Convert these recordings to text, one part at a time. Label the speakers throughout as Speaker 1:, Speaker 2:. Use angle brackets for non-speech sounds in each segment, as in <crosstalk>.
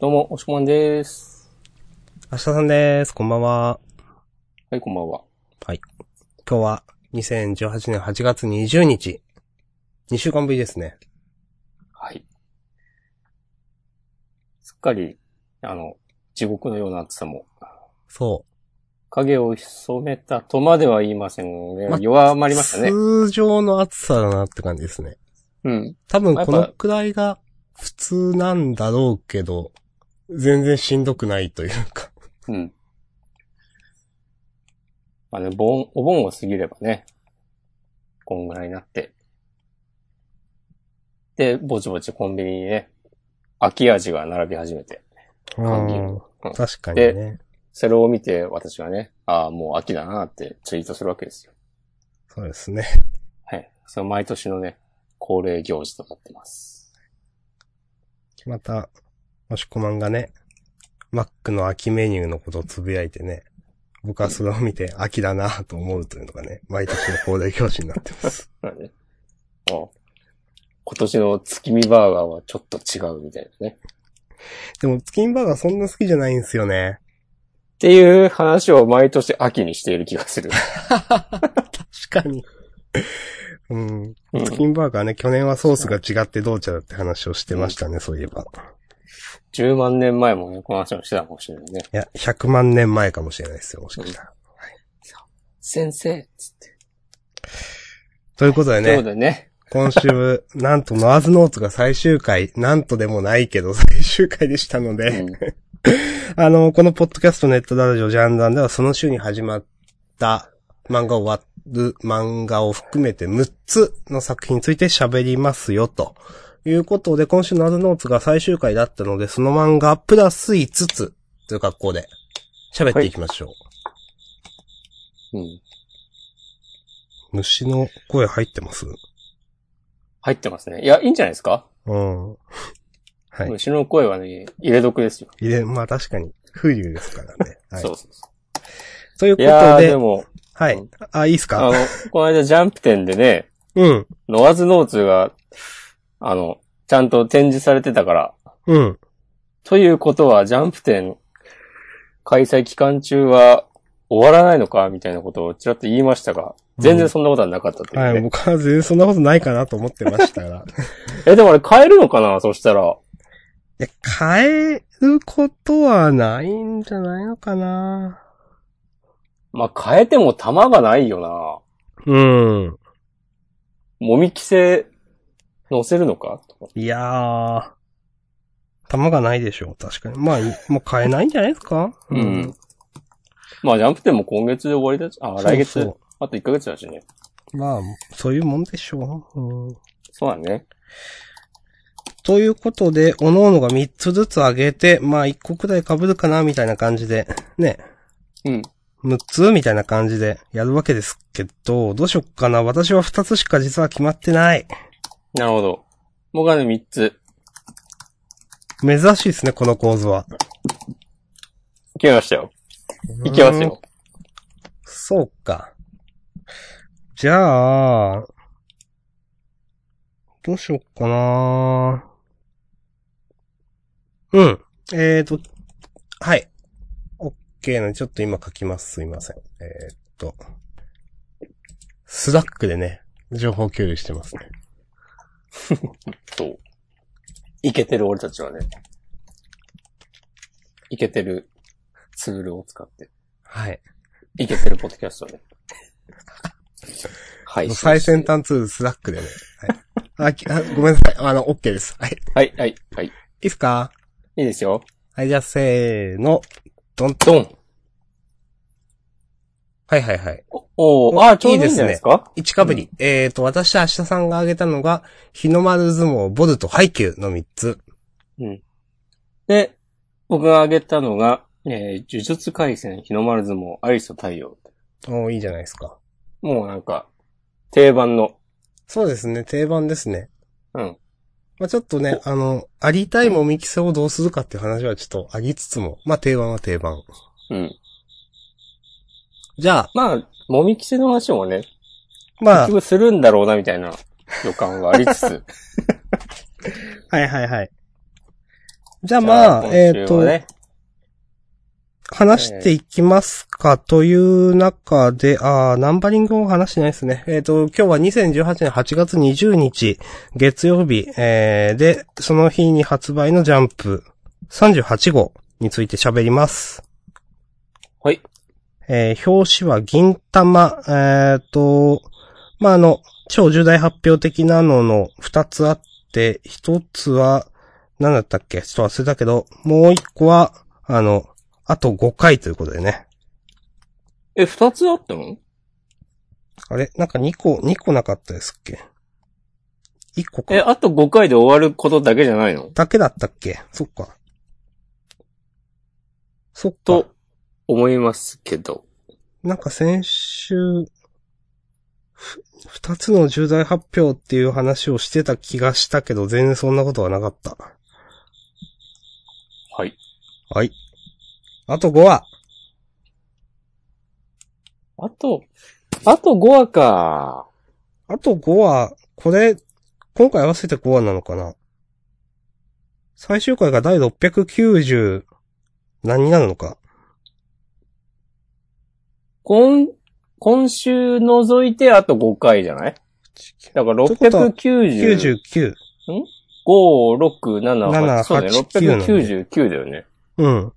Speaker 1: どうも、おしこまんです。
Speaker 2: 明日さんです。こんばんは。
Speaker 1: はい、こんばんは。
Speaker 2: 今日は2018年8月20日。2週間ぶりですね。
Speaker 1: はい。すっかり、あの、地獄のような暑さも、
Speaker 2: そ
Speaker 1: 影を潜めたとまでは言いませんが、
Speaker 2: ま
Speaker 1: 弱ま
Speaker 2: う。
Speaker 1: りましたね。
Speaker 2: 通常の暑さだなって感じですね。
Speaker 1: うん。
Speaker 2: 多分
Speaker 1: まあやっ
Speaker 2: こ
Speaker 1: ぱ
Speaker 2: のくらいが普通なんだろうけど、全然しんどくないというか。
Speaker 1: うん。まあね、盆、お盆を過ぎればね、こんぐらいになって。で、ぼちぼちコンビニにね、秋味が並び始めて。感じる
Speaker 2: うん
Speaker 1: うん
Speaker 2: 確かにね。
Speaker 1: それを見て私がね、ああ、もう秋だなってツイートするわけですよ。
Speaker 2: そうですね。
Speaker 1: はい。その毎年のね、恒例行事となってます。
Speaker 2: また、もしこまんがね、マックの秋メニューのことをつぶやいてね、僕はそれを見て秋だなと思うというのがね、毎年の恒例行事になってます。
Speaker 1: なんで、ああ今年の月見バーガーはちょっと違うみたいなね。っ
Speaker 2: でも、チキンバーガーそんな好きじゃないんですよね。
Speaker 1: ていう話を毎年秋にしている気が
Speaker 2: <laughs>
Speaker 1: する。
Speaker 2: 確かに。うん。
Speaker 1: うん
Speaker 2: チキンバーガーね、去年はソースが違ってどうちゃだって話をしてましたね、そういえば。
Speaker 1: 10万年前もね、この話をしてたかもしれないね。
Speaker 2: いや、100万年前かもしれないですよ、もしかしたら。
Speaker 1: 先生つって。
Speaker 2: ということで
Speaker 1: ということ、
Speaker 2: ね
Speaker 1: でね、
Speaker 2: 今週、なんとノアズノーツが最終回、なんとでもないけど最終回でしたので、
Speaker 1: うん
Speaker 2: <laughs> あの、このポッドキャストネットラジオジャンダンではその週に始まった漫画を終わる漫画を含めて6つの作品について喋りますよと。いうことで、今週のアズノーツが最終回だったので、その漫画プラス5つという格好で喋っていきましょう。
Speaker 1: うん。
Speaker 2: 虫の声入ってます
Speaker 1: 入ってますね。いや、いいんじゃないですか、
Speaker 2: うん。はい。
Speaker 1: 虫の声はね、入れ得ですよ。
Speaker 2: 入れ、まあ確かに、風流ですからね。はい
Speaker 1: そ。うそうそ
Speaker 2: という
Speaker 1: う。い
Speaker 2: こと
Speaker 1: やー、
Speaker 2: で、
Speaker 1: でも、
Speaker 2: は
Speaker 1: う
Speaker 2: い
Speaker 1: ん。
Speaker 2: あ、いいっす
Speaker 1: あの
Speaker 2: か、
Speaker 1: この間ジャンプ店でね、
Speaker 2: うん。
Speaker 1: ノアズノーツが、あの、ちゃんと展示されてたから、
Speaker 2: うん。
Speaker 1: ということは、ジャンプ展開催期間中は終わらないのかみたいなことをちらっと言いましたが、全然そんなことはなかったというね
Speaker 2: <laughs> はい。僕は全然そんなことないかなと思ってましたが。
Speaker 1: え、でもあれ買えるのかなそしたら。
Speaker 2: <laughs> いや、変えることはないんじゃないのかな
Speaker 1: まあ、買えても玉がないよ
Speaker 2: うん。
Speaker 1: な。もみきせ乗せるのか
Speaker 2: いやー。玉がないでしょう、確かに。まあ、い <laughs> もう変えないんじゃないですか
Speaker 1: うん。まあ、ジャンプ展も今月で終わりだし、あ、
Speaker 2: そうそう
Speaker 1: 来月、あと1ヶ月だしね。
Speaker 2: まあ、そういうもんでしょう。うん。
Speaker 1: そうだね。
Speaker 2: ということで、各々が3つずつ上げて、まあ1個くらい被るかな、みたいな感じで、ね。
Speaker 1: うん。
Speaker 2: 6つみたいな感じでやるわけですけど、どうしよっかな。私は2つしか実は決まってない。
Speaker 1: なるほど。僕はね、3つ
Speaker 2: 珍しいですね、この構図は。
Speaker 1: 決めましたよ。いけますよ。
Speaker 2: そうか。じゃあ、どうしよっかなうん。えーと、はい。OK なんで、ちょっと今書きます。すいません。えーっと、スラックでね、情報共有してますね。
Speaker 1: そう。いけてる俺たちはね、いけてるツールを使って、
Speaker 2: はい。
Speaker 1: いけてるポッドキャストを <laughs> ね。はい。
Speaker 2: 最先。端ツール、スラックでね。はい。あきあ、ごめんなさい。あの、OK です。はい。い
Speaker 1: はい、はい、はい。い
Speaker 2: いっすか
Speaker 1: いですよ。
Speaker 2: はい、じゃあ、せーの。どん。
Speaker 1: ドン。
Speaker 2: はいはいはい。
Speaker 1: おお
Speaker 2: お
Speaker 1: ああ、ちょうどいいんじゃないですか
Speaker 2: 一かぶり。えっ、と、私と明日さんが挙げたのが、日の丸相撲、ボルト、ハイキューの3つ。
Speaker 1: で、僕が挙げたのが、えー、呪術回戦、日の丸相撲、アリスと太陽。
Speaker 2: おーいいじゃないですか。
Speaker 1: もうなんか、定番の、
Speaker 2: そうですね、定番ですね。
Speaker 1: うん。
Speaker 2: まあちょっとね、あの、ありたいもみきせをどうするかっていう話はちょっとありつつも、まあ定番は定番。
Speaker 1: うん。
Speaker 2: じゃあ、
Speaker 1: まあ、もみきせの話もね、
Speaker 2: まあ
Speaker 1: 結、局するんだろうな、みたいな予感がありつつ。
Speaker 2: はいはいはい。じゃあまあ、
Speaker 1: じゃ
Speaker 2: えっ、
Speaker 1: 今週
Speaker 2: と
Speaker 1: は、ね
Speaker 2: 話していきますかという中で、ああ、ナンバリングを話してないですね。えっ、と、今日は2018年8月20日、月曜日、えーで、その日に発売のジャンプ38号について喋ります。
Speaker 1: はい。
Speaker 2: えー表紙は銀玉、えーと、まあ、あの、超重大発表的なのの二つあって、一つは、何だったっけちょっと忘れたけど、もう一個は、あの、あと5回ということでね。
Speaker 1: え、二つあったの
Speaker 2: あれなんか2個、2個なかったですっけ ?1 個
Speaker 1: え、
Speaker 2: か。
Speaker 1: あと5回で終わることだけじゃないの
Speaker 2: だけだったっけそっか。そっか。
Speaker 1: と、思いますけど。
Speaker 2: なんか先週、ふ二つの重大発表っていう話をしてた気がしたけど、全然そんなことはなかった。
Speaker 1: はい。
Speaker 2: はい。あと5話。
Speaker 1: あと、あと5話か。
Speaker 2: あと5話、これ、今回合わせて5話なのかな最終回が第690、何になるのか。
Speaker 1: 今、今週除いてあと5回じゃないだから
Speaker 2: ってことは
Speaker 1: 690、
Speaker 2: 99。
Speaker 1: 5、6、7、8、そうね、
Speaker 2: 7 8
Speaker 1: 699だよね。
Speaker 2: うん。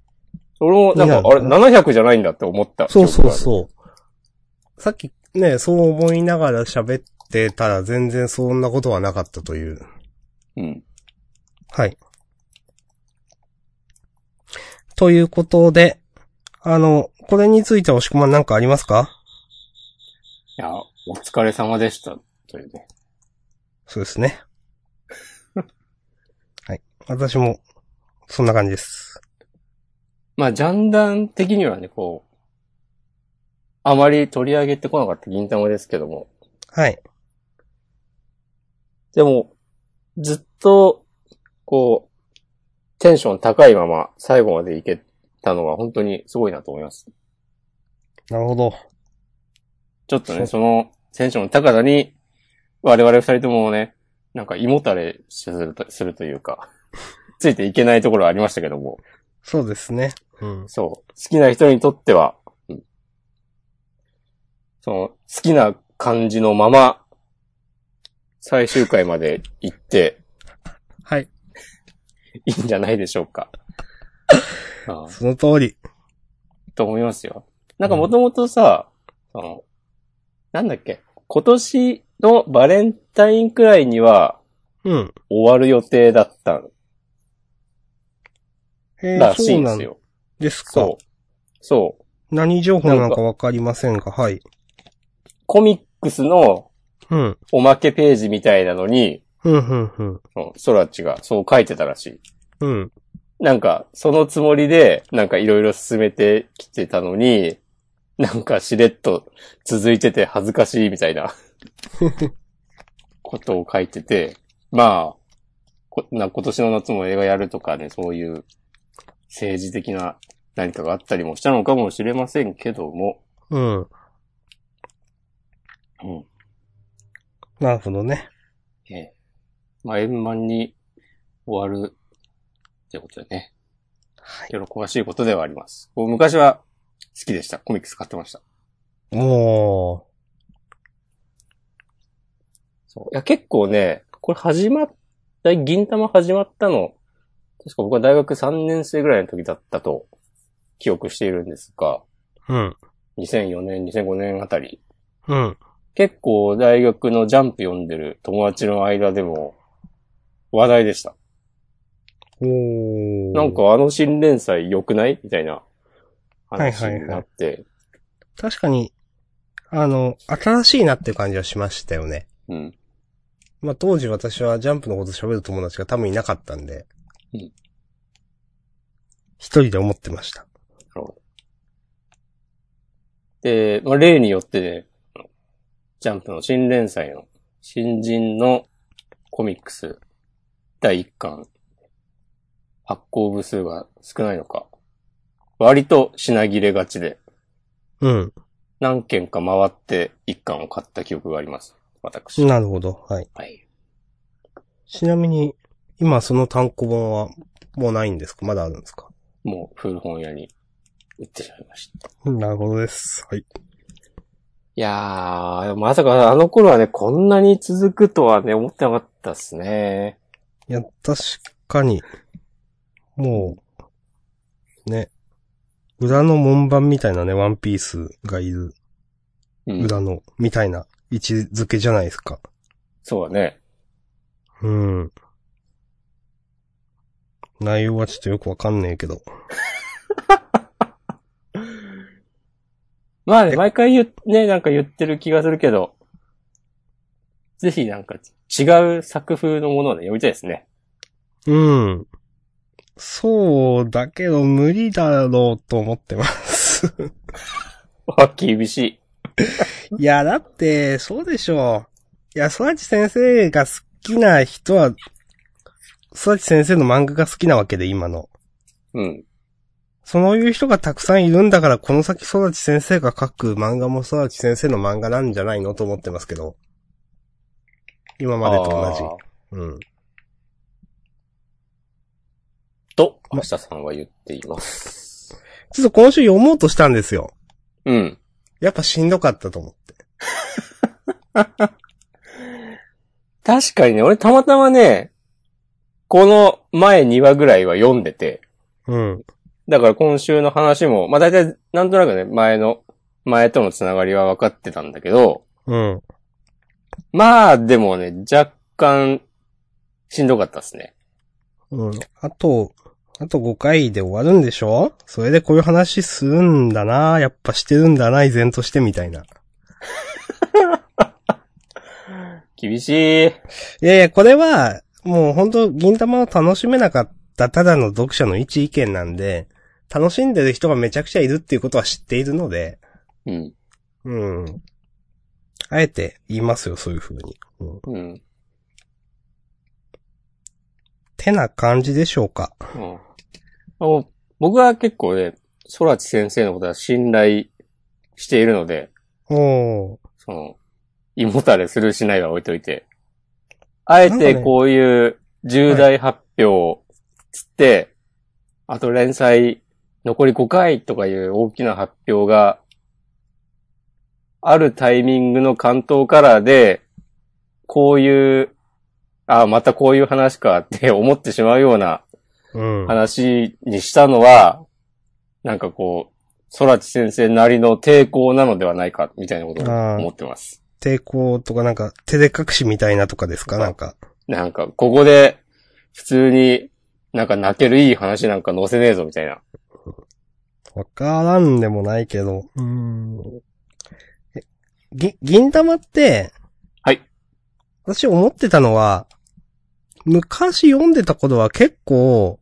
Speaker 1: 俺も、なんか、あれ、700じゃないんだって思った。
Speaker 2: そうそう
Speaker 1: う。
Speaker 2: そう。さっきね、そう思いながら喋ってたら全然そんなことはなかったという。
Speaker 1: うん。
Speaker 2: はい。ということで、あの、これについては押し込まんなんかありますか
Speaker 1: いや、お疲れ様でした。というね。
Speaker 2: そうですね。 <laughs> はい。私も、そんな感じです。
Speaker 1: まあ、ジャンダン的にはね、こう、あまり取り上げてこなかった銀玉ですけども。
Speaker 2: はい。
Speaker 1: でも、ずっと、こう、テンション高いまま最後までいけたのは本当にすごいなと思います。
Speaker 2: なるほど。
Speaker 1: ちょっと
Speaker 2: そ
Speaker 1: ね、
Speaker 2: う
Speaker 1: そのテンションの高さに、我々二人ともね、なんか胃もたれするとするというか、ついていけないところはありましたけども、
Speaker 2: そうですね。うん。
Speaker 1: そう、好きな人にとっては、うんその、好きな感じのまま、最終回まで行って <laughs>
Speaker 2: はい。
Speaker 1: いいんじゃないでしょう <laughs> か。ああ
Speaker 2: その通り。
Speaker 1: と思いますよ。なんかもともとさ、その、なんだっけ、今年のバレンタインくらいには
Speaker 2: うん。
Speaker 1: 終わる予定だった
Speaker 2: え
Speaker 1: らしい
Speaker 2: そうん
Speaker 1: で
Speaker 2: なん
Speaker 1: すよ。
Speaker 2: ですか。
Speaker 1: そう。そう。
Speaker 2: 何情報なのかわかりませんが、はい。
Speaker 1: コミックスの
Speaker 2: うん。
Speaker 1: おまけページみたいなのに、
Speaker 2: うん、うん、う
Speaker 1: う
Speaker 2: ん。
Speaker 1: んソラッチがそう書いてたらしい。
Speaker 2: うん。
Speaker 1: なんか、そのつもりで、なんかいろいろ進めてきてたのに、なんかしれっと続いてて恥ずかしいみたいな、ことを書いてて、まあ、こな今年の夏も映画やるとかね、そういう政治的な何かがあったりもしたのかもしれませんけども、
Speaker 2: うん。
Speaker 1: うん
Speaker 2: なるほどね。
Speaker 1: ええまあ円満に終わるってことでね、
Speaker 2: はい。
Speaker 1: 喜ばしいことではあります。僕昔は好きでした。コミックス買ってました。
Speaker 2: おー。
Speaker 1: そう。いや、結構ね、これ始まった、銀玉始まったの、確か僕は大学3年生ぐらいの時だったと記憶しているんですが、
Speaker 2: うん。
Speaker 1: 2004年、2005年あたり、
Speaker 2: うん。
Speaker 1: 結構大学のジャンプ読んでる友達の間でも話題でした。
Speaker 2: おー。
Speaker 1: なん、かあの新連載良くないみたいな話
Speaker 2: はいはいはい
Speaker 1: になって、
Speaker 2: 確かに、あの、新しいなって感じはしましたよね。
Speaker 1: うん。
Speaker 2: まあ、当時私はジャンプのこと喋る友達が多分いなかったんで。
Speaker 1: うん
Speaker 2: 一人で思ってました。
Speaker 1: で、まあ、例によってね、ジャンプの新連載の新人のコミックス第1巻、発行部数が少ないのか、割と品切れがちで、
Speaker 2: うん。
Speaker 1: 何件か回って1巻を買った記憶があります。私。
Speaker 2: なるほど。はい。
Speaker 1: はい。
Speaker 2: ちなみに、今その単行本はもうないんですかまだあるんですか
Speaker 1: もう古本屋に売ってしまいました。
Speaker 2: なるほどです。はい。
Speaker 1: いやー、まさかあの頃はね、こんなに続くとはね、思ってなかったっすね。
Speaker 2: いや、確かに、もう、ね、裏の門番みたいなね、ワンピースがいる
Speaker 1: うん。
Speaker 2: 裏の、みたいな位置づけじゃないですか。
Speaker 1: そうだね。
Speaker 2: うん。内容はちょっとよくわかんねえけど。
Speaker 1: まあ
Speaker 2: え
Speaker 1: ね、毎回言っ、ね、なんか言ってる気がするけど、ぜひなんか違う作風のものをね、読みたいですね。
Speaker 2: うん。そう、だけど無理だろうと思ってます。
Speaker 1: あ、厳しい。
Speaker 2: いや、だって、そうでしょう。いや、育ち先生が好きな人は、育ち先生の漫画が好きなわけで、今の。
Speaker 1: うん。
Speaker 2: そういう人がたくさんいるんだから、この先育ち先生が書く漫画も育ち先生の漫画なんじゃないのと思ってますけど。今までと
Speaker 1: あー
Speaker 2: 同じ。うん。
Speaker 1: と、明日さんは言っています。
Speaker 2: ちょっと今週読もうとしたんですよ。
Speaker 1: うん。
Speaker 2: やっぱしんどかったと思って。
Speaker 1: 確かにね、俺たまたまね、この前2話ぐらいは読んでて、
Speaker 2: うん。
Speaker 1: だから今週の話も、まあ大体なんとなくね、前の、前とのつながりは分かってたんだけど、
Speaker 2: うん。
Speaker 1: まあでもね、若干、しんどかったですね。
Speaker 2: うん。あと、あと5回で終わるんでしょそれでこういう話するんだなやっぱしてるんだな依然としてみたいな。
Speaker 1: 厳しい。
Speaker 2: いやいや、これは、もう本当銀玉を楽しめなかったただの読者の一意見なんで、楽しんでる人がめちゃくちゃいるっていうことは知っているので、
Speaker 1: うん。
Speaker 2: うん。あえて言いますよ、そういう風に。うん、
Speaker 1: うん。
Speaker 2: てな感じでしょうか。
Speaker 1: うん、あもう僕は結構ね、空知先生のことは信頼しているので、
Speaker 2: おー。
Speaker 1: その、胃もたれするしないは置いといて、あえ
Speaker 2: なんか
Speaker 1: て
Speaker 2: ね
Speaker 1: こういう重大発表つって、あと連載残り5回とかいう大きな発表があるタイミングの関東カラーで、こういう、あまたこういう話かって <laughs> 思ってしまうような
Speaker 2: うん。
Speaker 1: 話にしたのは、なんかこう、空知先生なりの抵抗なのではないか、みたいなことを思ってます。
Speaker 2: 抵抗とかなんか、手で隠しみたいなとかですかなんか。
Speaker 1: なんか、ここで、普通に、なんか泣けるいい話なんか載せねえぞ、みたいな。
Speaker 2: わからんでもないけど。うん。えぎ、銀玉って、
Speaker 1: はい。
Speaker 2: 私思ってたのは、昔読んでた頃は結構、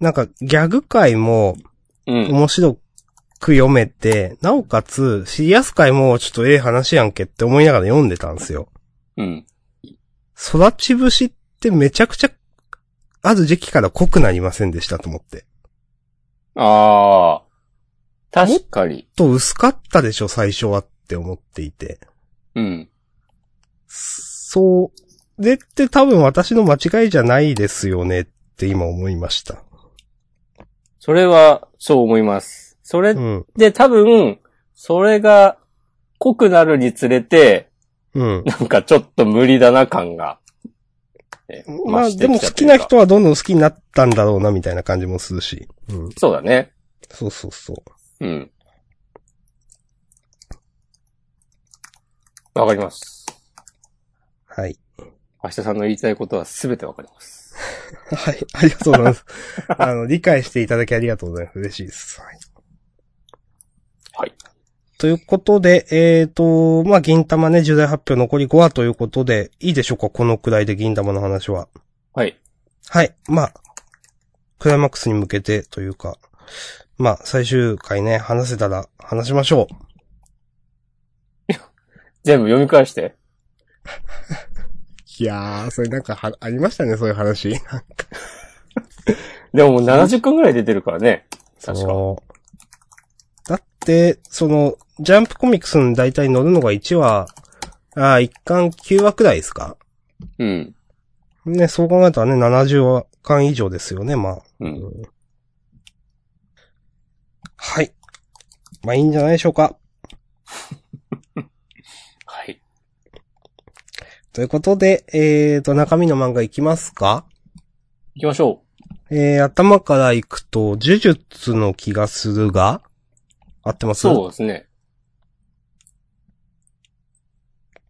Speaker 2: なんかギャグ界も
Speaker 1: うん。
Speaker 2: 面白く読めて、なおかつシリアス界もちょっとええ話やんけって思いながら読んでたんですよ。
Speaker 1: うん。
Speaker 2: 育ち節ってめちゃくちゃ、ある時期から濃くなりませんでしたと思って。
Speaker 1: ああ。確かに。
Speaker 2: と薄かったでしょ、最初はって思っていて。
Speaker 1: うん。
Speaker 2: そう。でって多分私の間違いじゃないですよねって今思いました。
Speaker 1: それは、そう思います。それ
Speaker 2: うん。
Speaker 1: で多分、それが、濃くなるにつれて、
Speaker 2: <laughs> うん。
Speaker 1: なんかちょっと無理だな感が。え
Speaker 2: まあ
Speaker 1: 増してき
Speaker 2: でも
Speaker 1: た
Speaker 2: 好
Speaker 1: と
Speaker 2: き
Speaker 1: いう
Speaker 2: な
Speaker 1: か
Speaker 2: 人はどんどん好きになったんだろうなみたいな感じもするし。うん。
Speaker 1: そうだね。
Speaker 2: そうそうそう。
Speaker 1: うん。わかります。
Speaker 2: はい。
Speaker 1: 明日さんの言いたいことはすべてわかります。
Speaker 2: はい。 <laughs> ありがとうございます。あの、理解していただきありがとうございます。嬉しいです。はい。
Speaker 1: はい。
Speaker 2: ということで、えーと、まあ、銀玉ね、重大発表残り5話ということで、いいでしょうかこのくらいで銀玉の話は。
Speaker 1: はい。
Speaker 2: はい。まあ、クライマックスに向けてというか、まあ、最終回ね、話せたら話しましょう。
Speaker 1: 全部読み返して。
Speaker 2: いやー、それなんかは、ありましたね、そういう話。
Speaker 1: でももう70巻ぐらい出てるからね。確か。
Speaker 2: そうだって、その、ジャンプコミックスに大体乗るのが1話、ああ、1巻9話くらいですか
Speaker 1: うん。
Speaker 2: ね、そう考えたらね、70話巻以上ですよね、まあ。
Speaker 1: うん。
Speaker 2: はい。まあいいんじゃないでしょうか。
Speaker 1: はい。
Speaker 2: ということで、えーと、中身の漫画いきますか
Speaker 1: 行きましょ
Speaker 2: えー、頭からいくと、呪術の気がするが、合ってま
Speaker 1: う。
Speaker 2: す
Speaker 1: そうですね。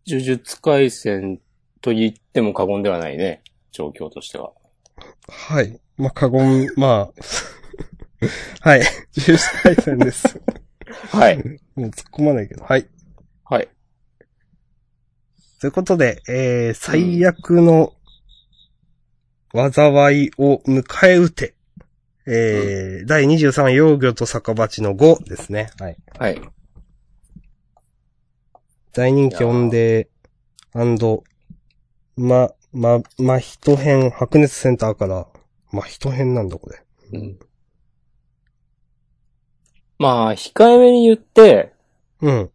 Speaker 1: 呪術回戦と言っても過言ではないね。状況としては。
Speaker 2: はい。まあ、過 <laughs> 言、まあ、はい。呪術回戦です。 <laughs>
Speaker 1: はい。
Speaker 2: もう突っ込まないけど。はい。
Speaker 1: はい。
Speaker 2: ということで、えー、最悪の災いを迎え撃て。えー、第23話、幼魚と酒鉢の5ですね。はい。
Speaker 1: はい。
Speaker 2: 大人気オンデーま、ま、ま、人編、白熱センターから、ま、人編なんだ、これ。
Speaker 1: うんまあ、控えめに言って、
Speaker 2: うん。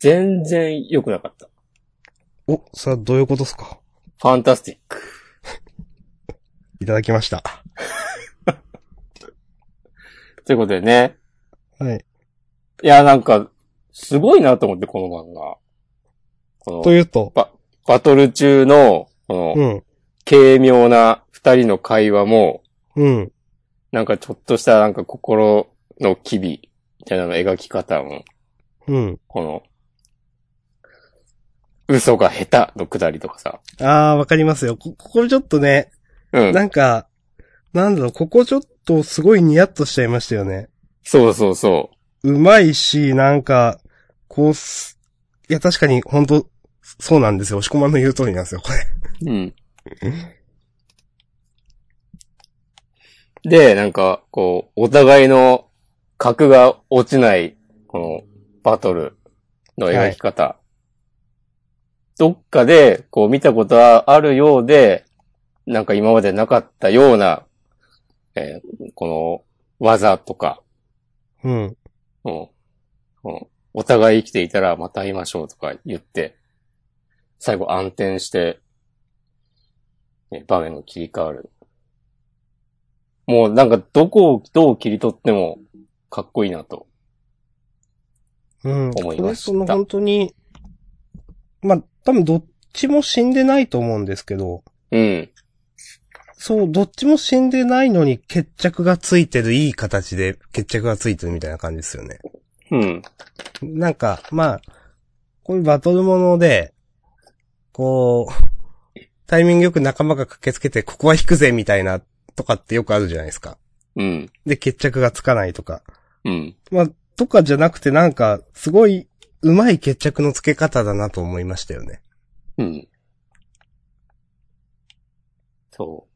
Speaker 1: 全然良くなかった。
Speaker 2: お、さあ、どういうことっすか
Speaker 1: ファンタスティック。
Speaker 2: いただきました。
Speaker 1: ということでね。
Speaker 2: はい。
Speaker 1: いや、なんか、すごいなと思って、この漫画。ことの、
Speaker 2: いうと、
Speaker 1: バトル中の、この、
Speaker 2: うん、
Speaker 1: 軽妙な二人の会話も、
Speaker 2: うん、
Speaker 1: なんかちょっとしたなんか心の機微みたいなの描き方も、
Speaker 2: うん。
Speaker 1: この、嘘が下手のくだりとかさ。
Speaker 2: あー、わかりますよ。こ、ここちょっとね、
Speaker 1: うん。
Speaker 2: なんか、なんだろう、ここちょっとすごいニヤッとしちゃいましたよね。
Speaker 1: そうそうそう
Speaker 2: まいし、なんか、こうす、いや、確かに、本当そうなんですよ。押し込まんの言う通りなんですよ、これ。
Speaker 1: う。うん。で、なんか、こう、お互いの格が落ちない、この、バトルの描き方。どっかで、こう、見たことはあるようで、なんか今までなかったような、えーこの、技とか、
Speaker 2: うん。
Speaker 1: うんうんお互い生きていたらまた会いましょうとか言って、最後暗転して、ね場面が切り替わる。もうなんかどこをどう切り取ってもかっこいいなと。
Speaker 2: うん。
Speaker 1: 思い
Speaker 2: こ
Speaker 1: ま
Speaker 2: れ
Speaker 1: した
Speaker 2: その本当に、まあ、多分どっちも死んでないと思うんですけど、
Speaker 1: うん。
Speaker 2: そう、どっちも死んでないのに決着がついてる、いい形で決着がついてるみたいな感じですよね。
Speaker 1: うん。
Speaker 2: なんか、まあ、こういうバトルもので、こう、タイミングよく仲間が駆けつけて、ここは引くぜ、みたいな、とかってよくあるじゃないですか。
Speaker 1: うん。
Speaker 2: で、決着がつかないとか。
Speaker 1: うん。
Speaker 2: まあ、とかじゃなくて、なんか、すごい、うまい決着のつけ方だなと思いましたよね。
Speaker 1: うん。そ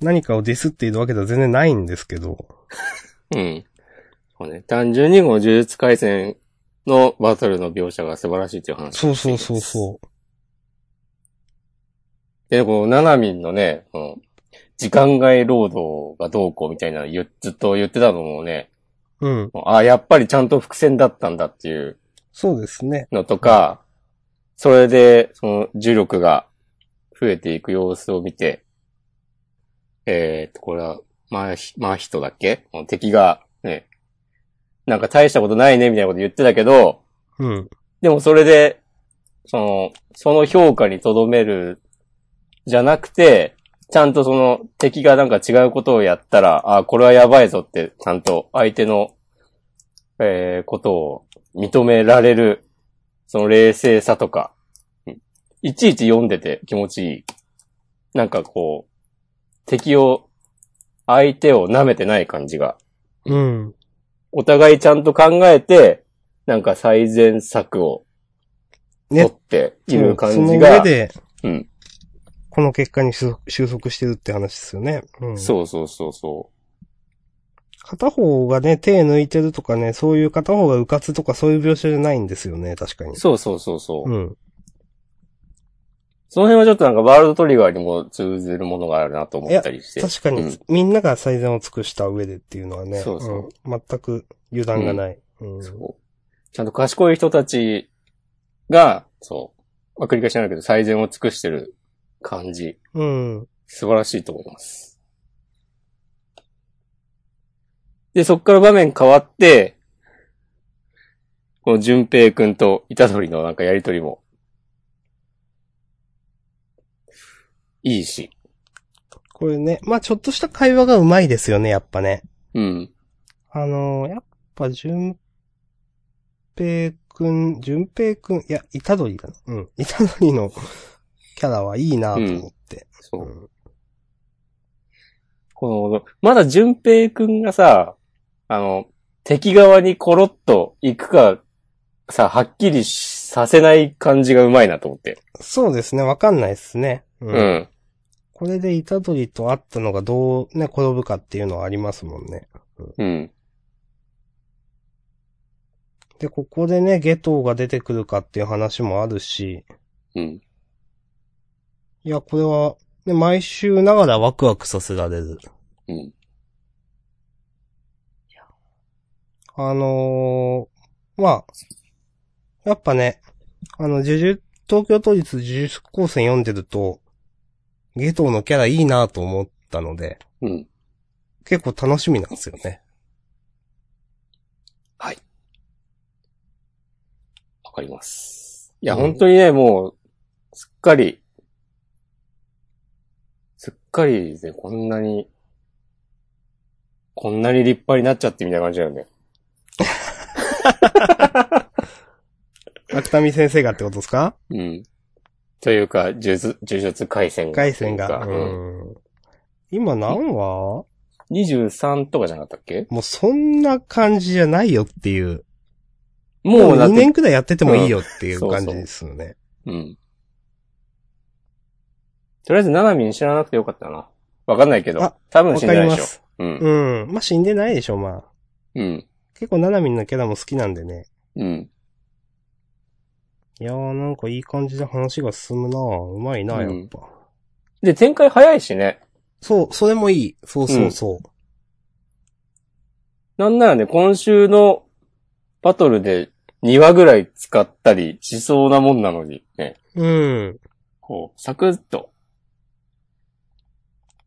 Speaker 2: 何かをディスっているわけでは全然ないんですけど。
Speaker 1: う。うん。そうね。単純にこの呪術回戦のバトルの描写が素晴らしいっていう話。
Speaker 2: そうそうそうそ
Speaker 1: で、この、ななみんのね、この時間外労働がどうこうみたいなの言っずっと言ってたのもね、
Speaker 2: う。うん。
Speaker 1: もうあやっぱりちゃんと伏線だったんだっていう
Speaker 2: そうですね。
Speaker 1: のとか、それで、その、重力が増えていく様子を見て、えーっと、これは、まあ、ひまあ人だっけこの敵が、ね、なんか大したことないねみたいなこと言ってたけど、
Speaker 2: うん。
Speaker 1: でもそれで、その、その評価にとどめる、じゃなくて、ちゃんとその敵がなんか違うことをやったら、あこれはやばいぞって、ちゃんと相手の、えーことを認められる、その冷静さとか、うんいちいち読んでて気持ちいい。なんかこう、敵を、相手を舐めてない感じが
Speaker 2: うん。
Speaker 1: お互いちゃんと考えて、なんか最善策を、
Speaker 2: ね
Speaker 1: 取っている感じ
Speaker 2: その
Speaker 1: が、
Speaker 2: 上で、
Speaker 1: うん
Speaker 2: この結果に収収束してるって話ですよね。うん。
Speaker 1: そうそうそうそ
Speaker 2: 片方がね、手抜いてるとかね、そういう片方が迂闊とかそういう描写じゃないんですよね、確かに
Speaker 1: う。。そうそうそうそう。
Speaker 2: うん。
Speaker 1: その辺はちょっとなんかワールドトリガーにも通ずるものがあるなと思ったりして。
Speaker 2: 確かに、
Speaker 1: うん
Speaker 2: みんなが最善を尽くした上でっていうのはね、
Speaker 1: そうそう
Speaker 2: うん全く油断がない。うん。
Speaker 1: そうちゃんと賢い人たちが、そう。まあ繰り返しになるけど、最善を尽くしてる感じ
Speaker 2: うん。
Speaker 1: 素晴らしいと思います。で、そっから場面変わって、この淳平くんと虎杖のなんかやりとりも、いいし、
Speaker 2: これね、まあちょっとした会話がうまいですよね、やっぱね。
Speaker 1: うん、
Speaker 2: あのーやっぱ、淳平くん、淳平くん、いや、虎杖だな。うん。虎杖のキャラはいいなと思って。
Speaker 1: そう。この、まだ淳平くんがさ、あの、敵側にコロッと行くか、さ、はっきりさせない感じがうまいなと思って。
Speaker 2: そうですね、わかんないですね。う
Speaker 1: うん。
Speaker 2: これで虎杖と会ったのがどうね、転ぶかっていうのはありますもんね。
Speaker 1: うん。
Speaker 2: で、ここでね、ゲトが出てくるかっていう話もあるし、
Speaker 1: うん。
Speaker 2: いや、これは、ね、毎週ながらワクワクさせられる。
Speaker 1: うん。
Speaker 2: あのー、まあ、やっぱね、あの、呪術、東京都立呪術高専読んでると、ゲトのキャラいいなと思ったので、
Speaker 1: うん。
Speaker 2: 結構楽しみなんですよね。
Speaker 1: わかります。いや、
Speaker 2: うん
Speaker 1: 本当にね、もう、すっかり、すっかりで、こんなに、こんなに立派になっちゃってみたいな感じだよね。
Speaker 2: 芥見先生がってことですか
Speaker 1: うん。というか、呪術、呪術回戦
Speaker 2: 回線が。
Speaker 1: うん。
Speaker 2: うん今何話
Speaker 1: 23とかじゃなかったっけ
Speaker 2: もうそんな感じじゃないよっていう。
Speaker 1: もうだっ
Speaker 2: 2
Speaker 1: て
Speaker 2: 年くらいやっててもいいよっていう感じですよね。
Speaker 1: うん。とりあえず、ナナミン知らなくてよかったな。わかんないけど
Speaker 2: あ。
Speaker 1: 多分
Speaker 2: わ
Speaker 1: 死ん
Speaker 2: か
Speaker 1: でな
Speaker 2: り
Speaker 1: い
Speaker 2: ま
Speaker 1: でし
Speaker 2: す。
Speaker 1: ょ。うん。
Speaker 2: うん。まあ、死んでないでしょ、まあ。
Speaker 1: うん。
Speaker 2: 結構、ななみんのキャラも好きなんでね。
Speaker 1: うん。
Speaker 2: いやー、なんかいい感じで話が進むなぁうまいなぁやっぱ。
Speaker 1: で、展開早いしね。
Speaker 2: そう、それもいい。そうそうそう。
Speaker 1: なんならね、今週のバトルで2話ぐらい使ったりしそうなもんなのに、ね。
Speaker 2: うん。
Speaker 1: こう、サクッと、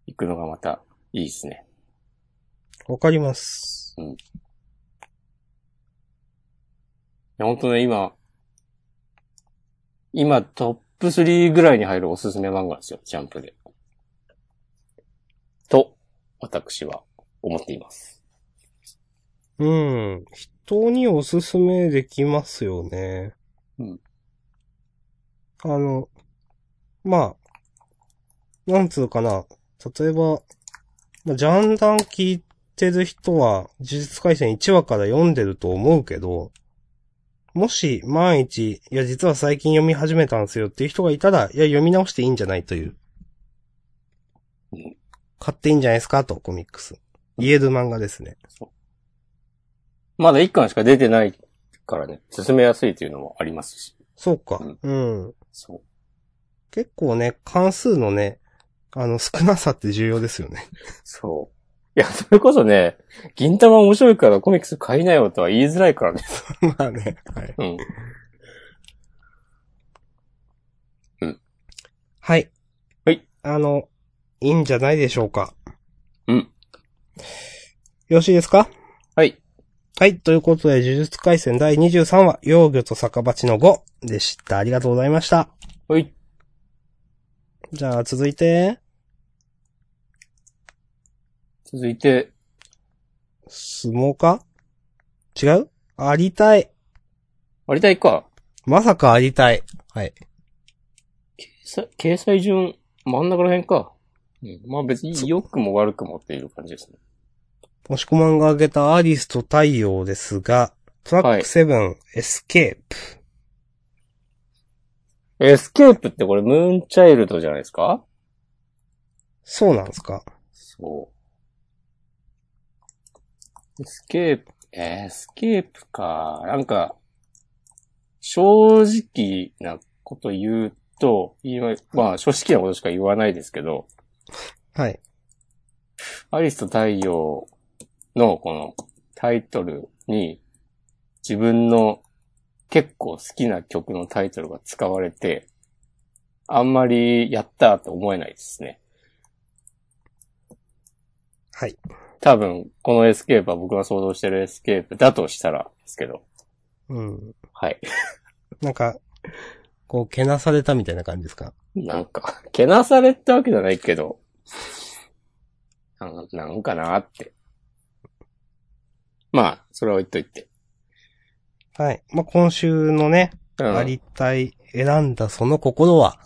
Speaker 1: 行くのがまた、いいですね。
Speaker 2: わかります。
Speaker 1: いや、本当ね、今、今トップ3ぐらいに入るおすすめ漫画ですよ、ジャンプで。と、私は思っています。
Speaker 2: うん。人におすすめできますよね。
Speaker 1: うん。
Speaker 2: あの、まあ、なんつうかな。例えば、まあ、ジャンダン聞いてる人は、呪術回戦1話から読んでると思うけど、もし万一、いや実は最近読み始めたんですよっていう人がいたら、いや読み直していいんじゃないという
Speaker 1: うん。
Speaker 2: 買っていいんじゃないですかと、コミックス。言える漫画ですね。
Speaker 1: まだ1巻しか出てないからね、進めやすいというのもありますし。
Speaker 2: そうか。うん
Speaker 1: そう。
Speaker 2: 結構ね、関数のね、あの、少なさって重要ですよね。
Speaker 1: そう。いや、それこそね、銀玉面白いからコミックス買いなよとは言いづらいからね。
Speaker 2: <laughs> まあね、はい。
Speaker 1: うん。
Speaker 2: はい。
Speaker 1: はい。
Speaker 2: あの、いいんじゃないでしょうか。
Speaker 1: うん
Speaker 2: よろしいですか
Speaker 1: はい。
Speaker 2: はい。ということで、呪術回戦第23話、幼魚と逆鉢の5でした。ありがとうございました。
Speaker 1: はい。
Speaker 2: じゃあ、続いて、
Speaker 1: 続いて、
Speaker 2: 相撲か違うありたい。
Speaker 1: 有田いか。
Speaker 2: まさかありたい。はい。
Speaker 1: さ掲載順、真ん中ら辺か。うん、まあ別に良くも悪くもっていう感じですね。
Speaker 2: 押し込まんが挙げたアリスと太陽ですが、トラック7、エスケープ。
Speaker 1: エスケープってこれムーンチャイルドじゃないですか
Speaker 2: そうなんですか
Speaker 1: そう。エスケープ、エスケープか。なんか、正直なこと言うと、今まあ正直なことしか言わないですけど、
Speaker 2: はい。
Speaker 1: アリスと太陽のこのタイトルに自分の結構好きな曲のタイトルが使われて、あんまりやったと思えないですね。
Speaker 2: はい。
Speaker 1: 多分、このエスケープは僕が想像してるエスケープだとしたらですけど。
Speaker 2: うん。
Speaker 1: はい。
Speaker 2: なんか、こう、けなされたみたいな感じですか
Speaker 1: なんか、けなされってわけじゃないけど、なんなんかなって。まあ、それは置いといて。
Speaker 2: はい。まあ、今週のね、
Speaker 1: うん
Speaker 2: ありたい、選んだその心は、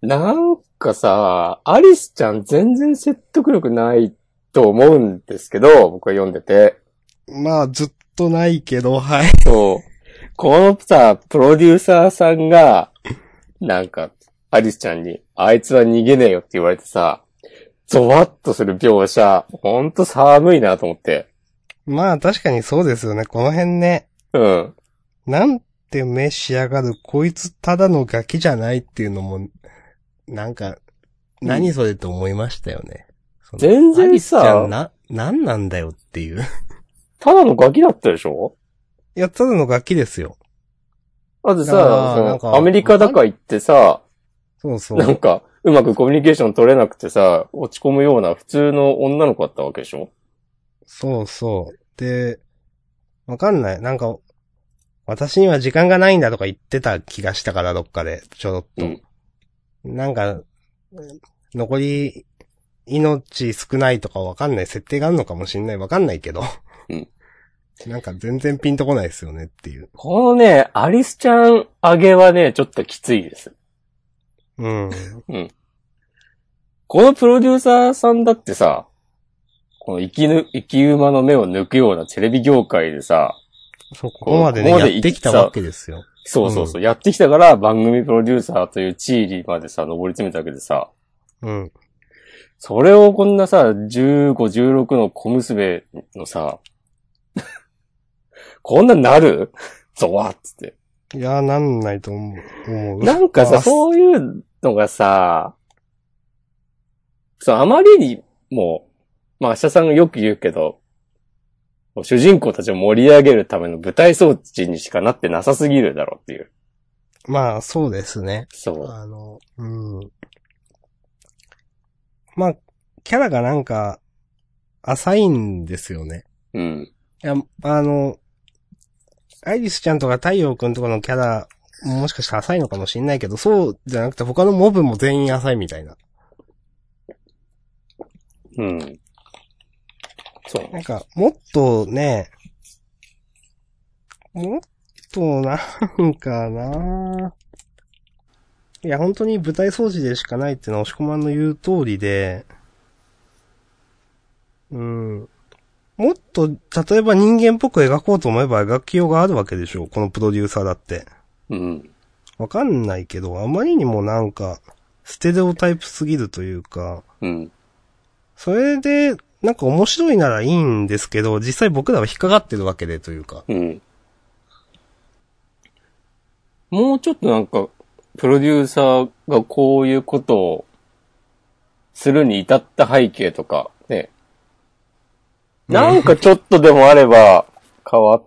Speaker 1: なんかさ、アリスちゃん全然説得力ないと思うんですけど、僕は読んでて。
Speaker 2: まあ、ずっとないけど、はい。
Speaker 1: そう。このさ、プロデューサーさんが、なんか、アリスちゃんに、あいつは逃げねえよって言われてさ、ゾワッとする描写、ほんと寒いなと思って。
Speaker 2: まあ、確かにそうですよね。この辺ね、
Speaker 1: うん。
Speaker 2: なんて目しやがる、こいつただのガキじゃないっていうのも、なんか、何それと思いましたよね。その
Speaker 1: 全然さ
Speaker 2: アリスちゃんな、なんなんだよっていう。
Speaker 1: ただのガキだったでしょ
Speaker 2: いや、ただの楽器ですよ。
Speaker 1: だって
Speaker 2: あ
Speaker 1: さ
Speaker 2: ーな
Speaker 1: そ
Speaker 2: んか
Speaker 1: の、アメリカだから行ってさ、
Speaker 2: そうそ
Speaker 1: なん
Speaker 2: う。
Speaker 1: か、うまくコミュニケーション取れなくてさ、落ち込むような普通の女の子だったわけでしょ
Speaker 2: そうそう。で、わかんない。なんか、私には時間がないんだとか言ってた気がしたから、どっかで、ちょろっと。
Speaker 1: うん
Speaker 2: なんか、残り、命少ないとかわかんない。設定があるのかもしんない。わかんないけど。
Speaker 1: うん
Speaker 2: なんか全然ピンとこないですよねっていう。
Speaker 1: このね、アリスちゃん上げはね、ちょっときついです。
Speaker 2: うん。
Speaker 1: このプロデューサーさんだってさ、この生きぬ、生き馬の目を抜くようなテレビ業界でさ、
Speaker 2: そう、ここまでね、
Speaker 1: ここま
Speaker 2: や
Speaker 1: で
Speaker 2: ってきたわけですよ。
Speaker 1: そうそうそう、やってきたから番組プロデューサーという地位までさ、上り詰めたわけでさ、
Speaker 2: うん。
Speaker 1: それをこんなさ、15、16の小娘のさ、 <laughs> こんなんなるゾワッつって。
Speaker 2: いやー、なんないと思う。思う
Speaker 1: なんか
Speaker 2: あ
Speaker 1: さ、そういうのがさ、そう、あまりにも、まあ、明日さんがよく言うけど、もう主人公たちを盛り上げるための舞台装置にしかなってなさすぎるだろうっていう。
Speaker 2: まあ、そうですね。
Speaker 1: そう。
Speaker 2: あの、うん。まあ、キャラがなんか、浅いんですよね。
Speaker 1: うん。
Speaker 2: いや、あの、アイリスちゃんとか太陽くんとかのキャラ、もしかしたら浅いのかもしんないけど、そうじゃなくて他のモブも全員浅いみたいな。
Speaker 1: うん。そう。
Speaker 2: なんか、もっとね、もっとなんかな。いや、本当に舞台装置でしかないっていうのは押し込まんの言う通りで、うん。もっと、例えば人間っぽく描こうと思えば描きようがあるわけでしょこのプロデューサーだって。
Speaker 1: うん。
Speaker 2: わかんないけど、あまりにもなんか、ステレオタイプすぎるというか、
Speaker 1: うん。
Speaker 2: それで、なんか面白いならいいんですけど、実際僕らは引っかかってるわけでというか。
Speaker 1: うん。もうちょっとなんか、プロデューサーがこういうことをするに至った背景とか、ね。なんかちょっとでもあれば、変わっ、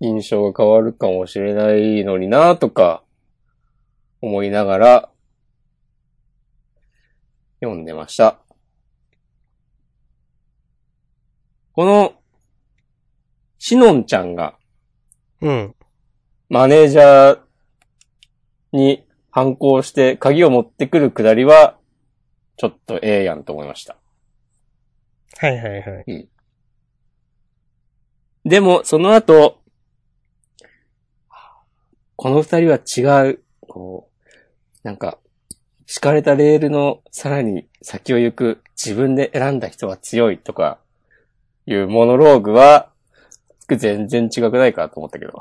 Speaker 1: 印象が変わるかもしれないのになとか、思いながら、読んでました。この、シノンちゃんが、
Speaker 2: うん。
Speaker 1: マネージャーに反抗して鍵を持ってくるくだりは、ちょっとええやんと思いました。
Speaker 2: はいはいはい。
Speaker 1: でも、その後、この二人は違う、こう、なんか、敷かれたレールのさらに先を行く自分で選んだ人は強いとか、いうモノローグは、全然違くないかと思ったけど。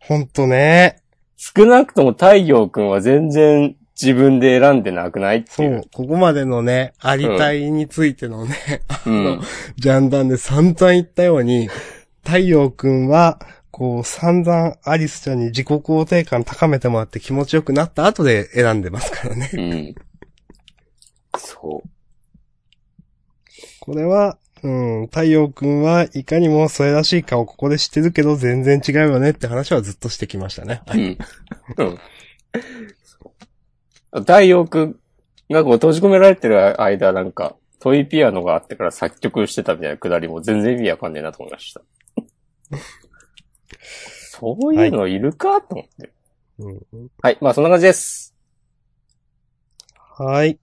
Speaker 2: ほんとね。
Speaker 1: 少なくとも太陽くんは全然自分で選んでなくないって
Speaker 2: そ
Speaker 1: いう
Speaker 2: う。。ここまでのね、ありたいについてのね、
Speaker 1: うん。
Speaker 2: ジャンダンで散々言ったように、太陽くんは、こう散々アリスちゃんに自己肯定感高めてもらって気持ちよくなった後で選んでますからね。
Speaker 1: うん。そう。
Speaker 2: <laughs> これは、うん、太陽くんはいかにもそれらしい顔ここで知ってるけど全然違うよねって話はずっとしてきましたね。
Speaker 1: うん。うん。太陽くんがこう閉じ込められてる間なんか、トイピアノがあってから作曲してたみたいなくだりも全然意味わかんねえなと思いました。そういうのいるかと思って。
Speaker 2: うん
Speaker 1: はい、まあそんな感じです。
Speaker 2: はい。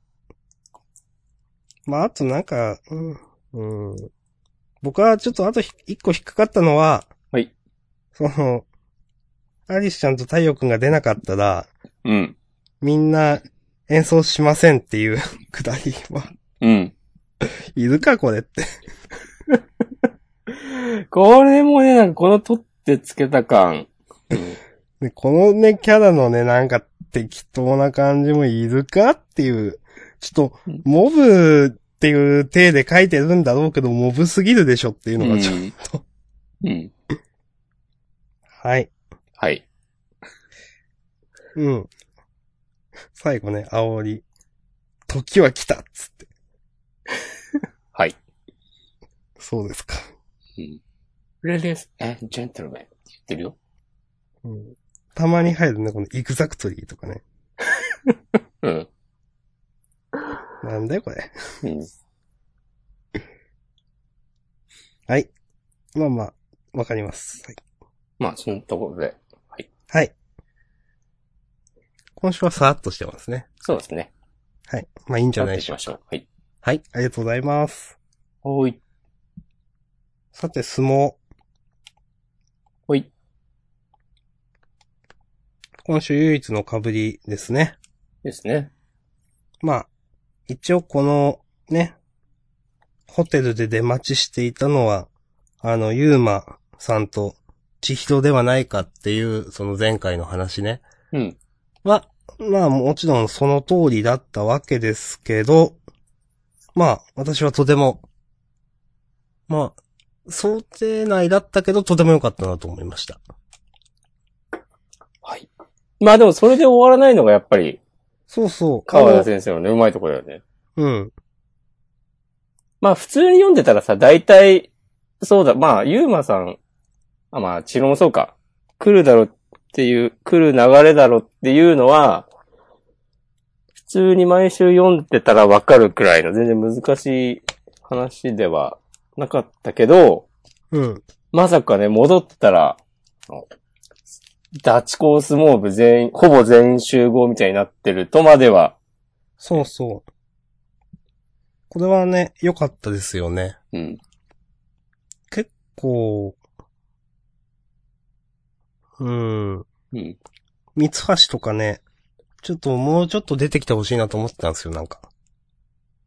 Speaker 2: まあ、あとなんか、うん。うん。僕はちょっとあとひ一個引っかかったのは、
Speaker 1: はい。
Speaker 2: その、アリスちゃんと太陽くんが出なかったら、
Speaker 1: うん。
Speaker 2: みんな演奏しませんっていう <laughs> くだりは、
Speaker 1: うん。
Speaker 2: いるかこれって。
Speaker 1: これもね、なんかこの取ってつけた感。
Speaker 2: でこのね、キャラのね、なんか適当な感じもいるかっていう、ちょっと、モブっていう体で書いてるんだろうけど、モブすぎるでしょっていう
Speaker 1: う
Speaker 2: のがちょっ
Speaker 1: ん。うん。
Speaker 2: と、はい。
Speaker 1: はい。
Speaker 2: うん。最後ね、煽り。時は来たっつって。
Speaker 1: はい。
Speaker 2: そうですか。
Speaker 1: Ladies and gentlemen って言ってるよ。
Speaker 2: うん、たまに入るね、このエグザクトリーとかね。
Speaker 1: うん。
Speaker 2: なんだよ、これ。
Speaker 1: うん。
Speaker 2: はい。まあまあ、わかります。はい。
Speaker 1: まあ、そのところで。
Speaker 2: はい。今週はさらっとしてますね。
Speaker 1: そうですね。
Speaker 2: はい。まあいいんじゃないでし
Speaker 1: し
Speaker 2: ょう
Speaker 1: ましょう。はい。
Speaker 2: か。はい。ありがとうございます。
Speaker 1: ほい。
Speaker 2: さて、相撲。
Speaker 1: ほい。
Speaker 2: 今週唯一の被りですね。
Speaker 1: ですね。
Speaker 2: まあ、一応この、ね、ホテルで出待ちしていたのは、あの、ユーマさんと千尋ではないかっていう、その前回の話ね。
Speaker 1: うん。
Speaker 2: は、まあもちろんその通りだったわけですけど、まあ、私はとても、まあ、想定内だったけど、とても良かったなと思いました。
Speaker 1: はい。まあでもそれで終わらないのがやっぱり、
Speaker 2: そうそう。
Speaker 1: 川田先生のね、うまいところだよね。
Speaker 2: うん。
Speaker 1: まあ普通に読んでたらさ、大体、そうだ、まあ、ゆうまさん、あ、まあ、ちろもそうか。来るだろっていう、来る流れだろっていうのは、普通に毎週読んでたらわかるくらいの、全然難しい話ではなかったけど、
Speaker 2: うん。
Speaker 1: まさかね、戻ったら、あのダチコースモーブ全員、ほぼ全員集合みたいになってるとまでは、
Speaker 2: そうそう。これはね、良かったですよね。
Speaker 1: うん、
Speaker 2: 結構、うん、
Speaker 1: うん、
Speaker 2: 三橋とかね、ちょっともうちょっと出てきてほしいなと思ってたんですよ、なんか。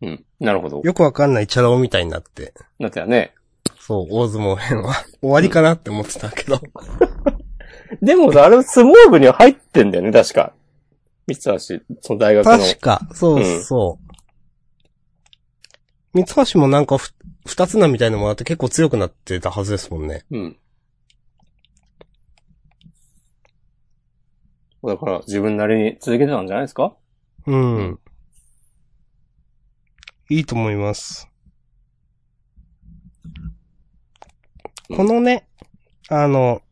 Speaker 1: うん。なるほど。
Speaker 2: よくわかんないチャラ男みたいになって。
Speaker 1: なってたね。
Speaker 2: そう、大相撲編 <laughs> は終わりかなって思ってたけど。
Speaker 1: でもさ、あれ、相撲部には入ってんだよね、確か。三橋、その大学の。
Speaker 2: 確か、そうそう。三橋もなんかふ二つ名みたいのもらって結構強くなってたはずですもんね。
Speaker 1: うん。だから、自分なりに続けてたんじゃないですか
Speaker 2: うん。いいと思います。
Speaker 1: うん
Speaker 2: このね、あの、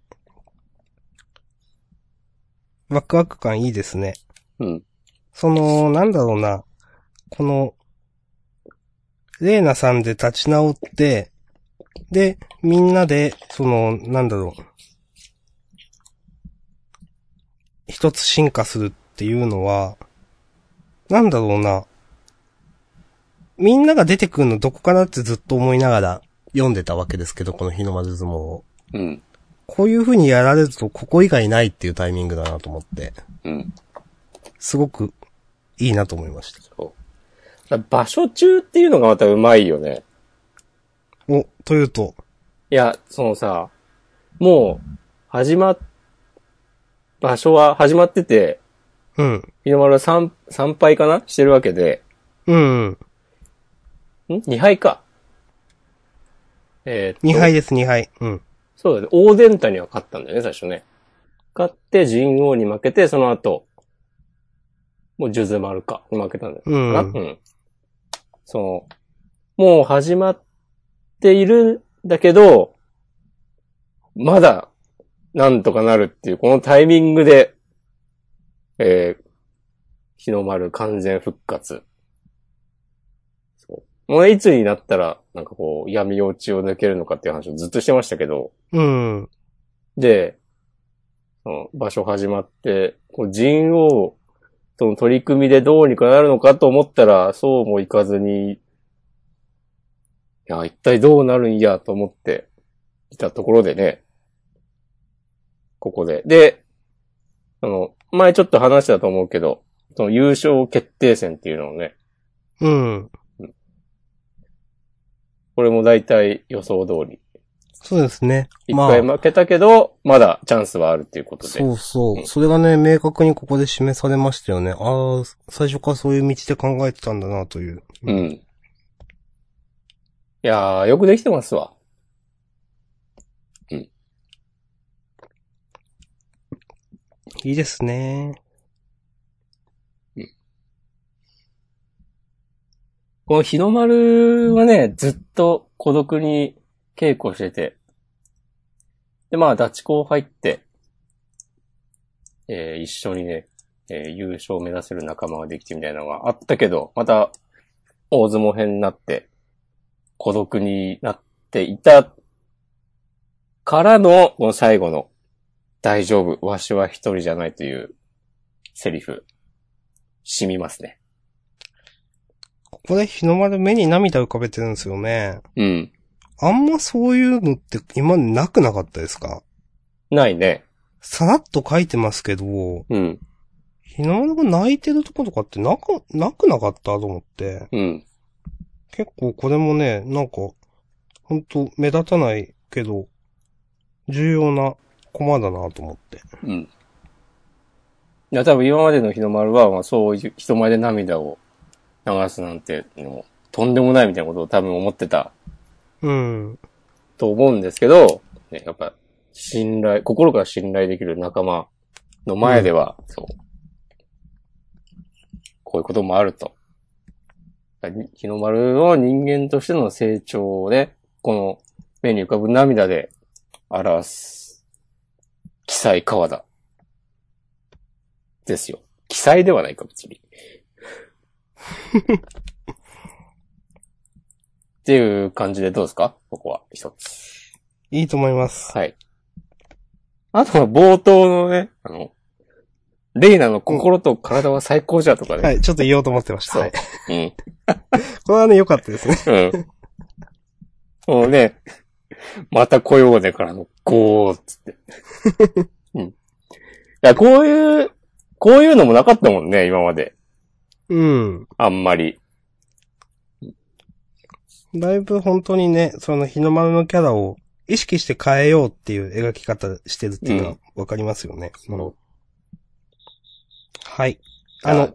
Speaker 2: ワクワク感いいですね。
Speaker 1: うん。
Speaker 2: その、なんだろうな、この、レーナさんで立ち直って、で、みんなで、その、なんだろう、一つ進化するっていうのは、なんだろうな、みんなが出てくるのどこかなってずっと思いながら読んでたわけですけど、この日の丸相撲を。
Speaker 1: うん。
Speaker 2: こういう風にやられると、ここ以外ないっていうタイミングだなと思って、
Speaker 1: うん。
Speaker 2: すごくいいなと思いました。
Speaker 1: そう。だ場所中っていうのがまたうまいよね。
Speaker 2: お、というと、
Speaker 1: いや、そのさ、もう、始まっ、場所は始まってて、
Speaker 2: うん。
Speaker 1: 日の丸は参、参拝かなしてるわけで、
Speaker 2: うん。
Speaker 1: ん ?2 杯か。えーっと
Speaker 2: 2杯です、2杯。うん。
Speaker 1: そうだね。オーデンタには勝ったんだよね、最初ね。勝って、神王に負けて、その後、もうジュズマルか、に負けたんだよ。か
Speaker 2: うん
Speaker 1: な。うん。その、もう始まっているんだけど、まだ、なんとかなるっていう、このタイミングで、えー、日の丸完全復活。そう。もういつになったら、なんかこう、闇落ちを抜けるのかっていう話をずっとしてましたけど、
Speaker 2: うん。
Speaker 1: で、その場所始まって、こう、人王との取り組みでどうにかなるのかと思ったら、そうもいかずに、いや、一体どうなるんやと思っていたところでね、ここで。で、あの、前ちょっと話したと思うけど、その優勝決定戦っていうのをね、
Speaker 2: うん。
Speaker 1: これも大体予想通り。
Speaker 2: そうですね。
Speaker 1: 一回負けたけど、まだチャンスはあるっていうことで。
Speaker 2: そうそうう。
Speaker 1: ん
Speaker 2: それがね、明確にここで示されましたよね。ああ、最初からそういう道で考えてたんだなという。
Speaker 1: うん。いやー、よくできてますわ。
Speaker 2: いいですね。
Speaker 1: この日の丸はね、ずっと孤独に稽古してて。で、まあ、ダチ校入って、えー一緒にね、えー優勝を目指せる仲間ができてみたいなのがあったけど、また、大相撲編になって、孤独になっていたからの、この最後の、大丈夫、わしは一人じゃないという、セリフ、染みますね。
Speaker 2: ここで日の丸目に涙浮かべてるんですよね。
Speaker 1: うん。
Speaker 2: あんまそういうのって今なくなかったですか
Speaker 1: ないね。
Speaker 2: さらっと書いてますけど、
Speaker 1: うん。
Speaker 2: 日の丸が泣いてるとことかってなく、なくなかったと思って。
Speaker 1: うん。
Speaker 2: 結構これもね、なんか、ほんと目立たないけど、重要なコマだなと思って。
Speaker 1: うん。いや、多分今までの日の丸は、まあそういう人前で涙を流すなんてのも、とんでもないみたいなことを多分思ってた
Speaker 2: うん。
Speaker 1: と思うんですけど、ね、やっぱ、信頼、心から信頼できる仲間の前では、そう。こういうこともあると。だからに日の丸の人間としての成長をね、この目に浮かぶ涙で表す、記載川だ。ですよ。記載ではないか、別に。っていう感じでどうですかここは一つ。
Speaker 2: いいと思います。
Speaker 1: はい。あとは冒頭のね、あの、レイナの心と体は最高じゃとかね。
Speaker 2: はい、ちょっと言おうと思ってました。
Speaker 1: そう
Speaker 2: はい。
Speaker 1: うん。
Speaker 2: <laughs> これはね、良かったですね。
Speaker 1: うん。もうね、また来ようねからの、こう、つ <laughs> って。うん。いや、こういう、こういうのもなかったもんね、今まで。
Speaker 2: うん。
Speaker 1: あんまり。
Speaker 2: だいぶ本当にね、その日の丸のキャラを意識して変えようっていう描き方してるっていうのはわかりますよね。うんはい。あの、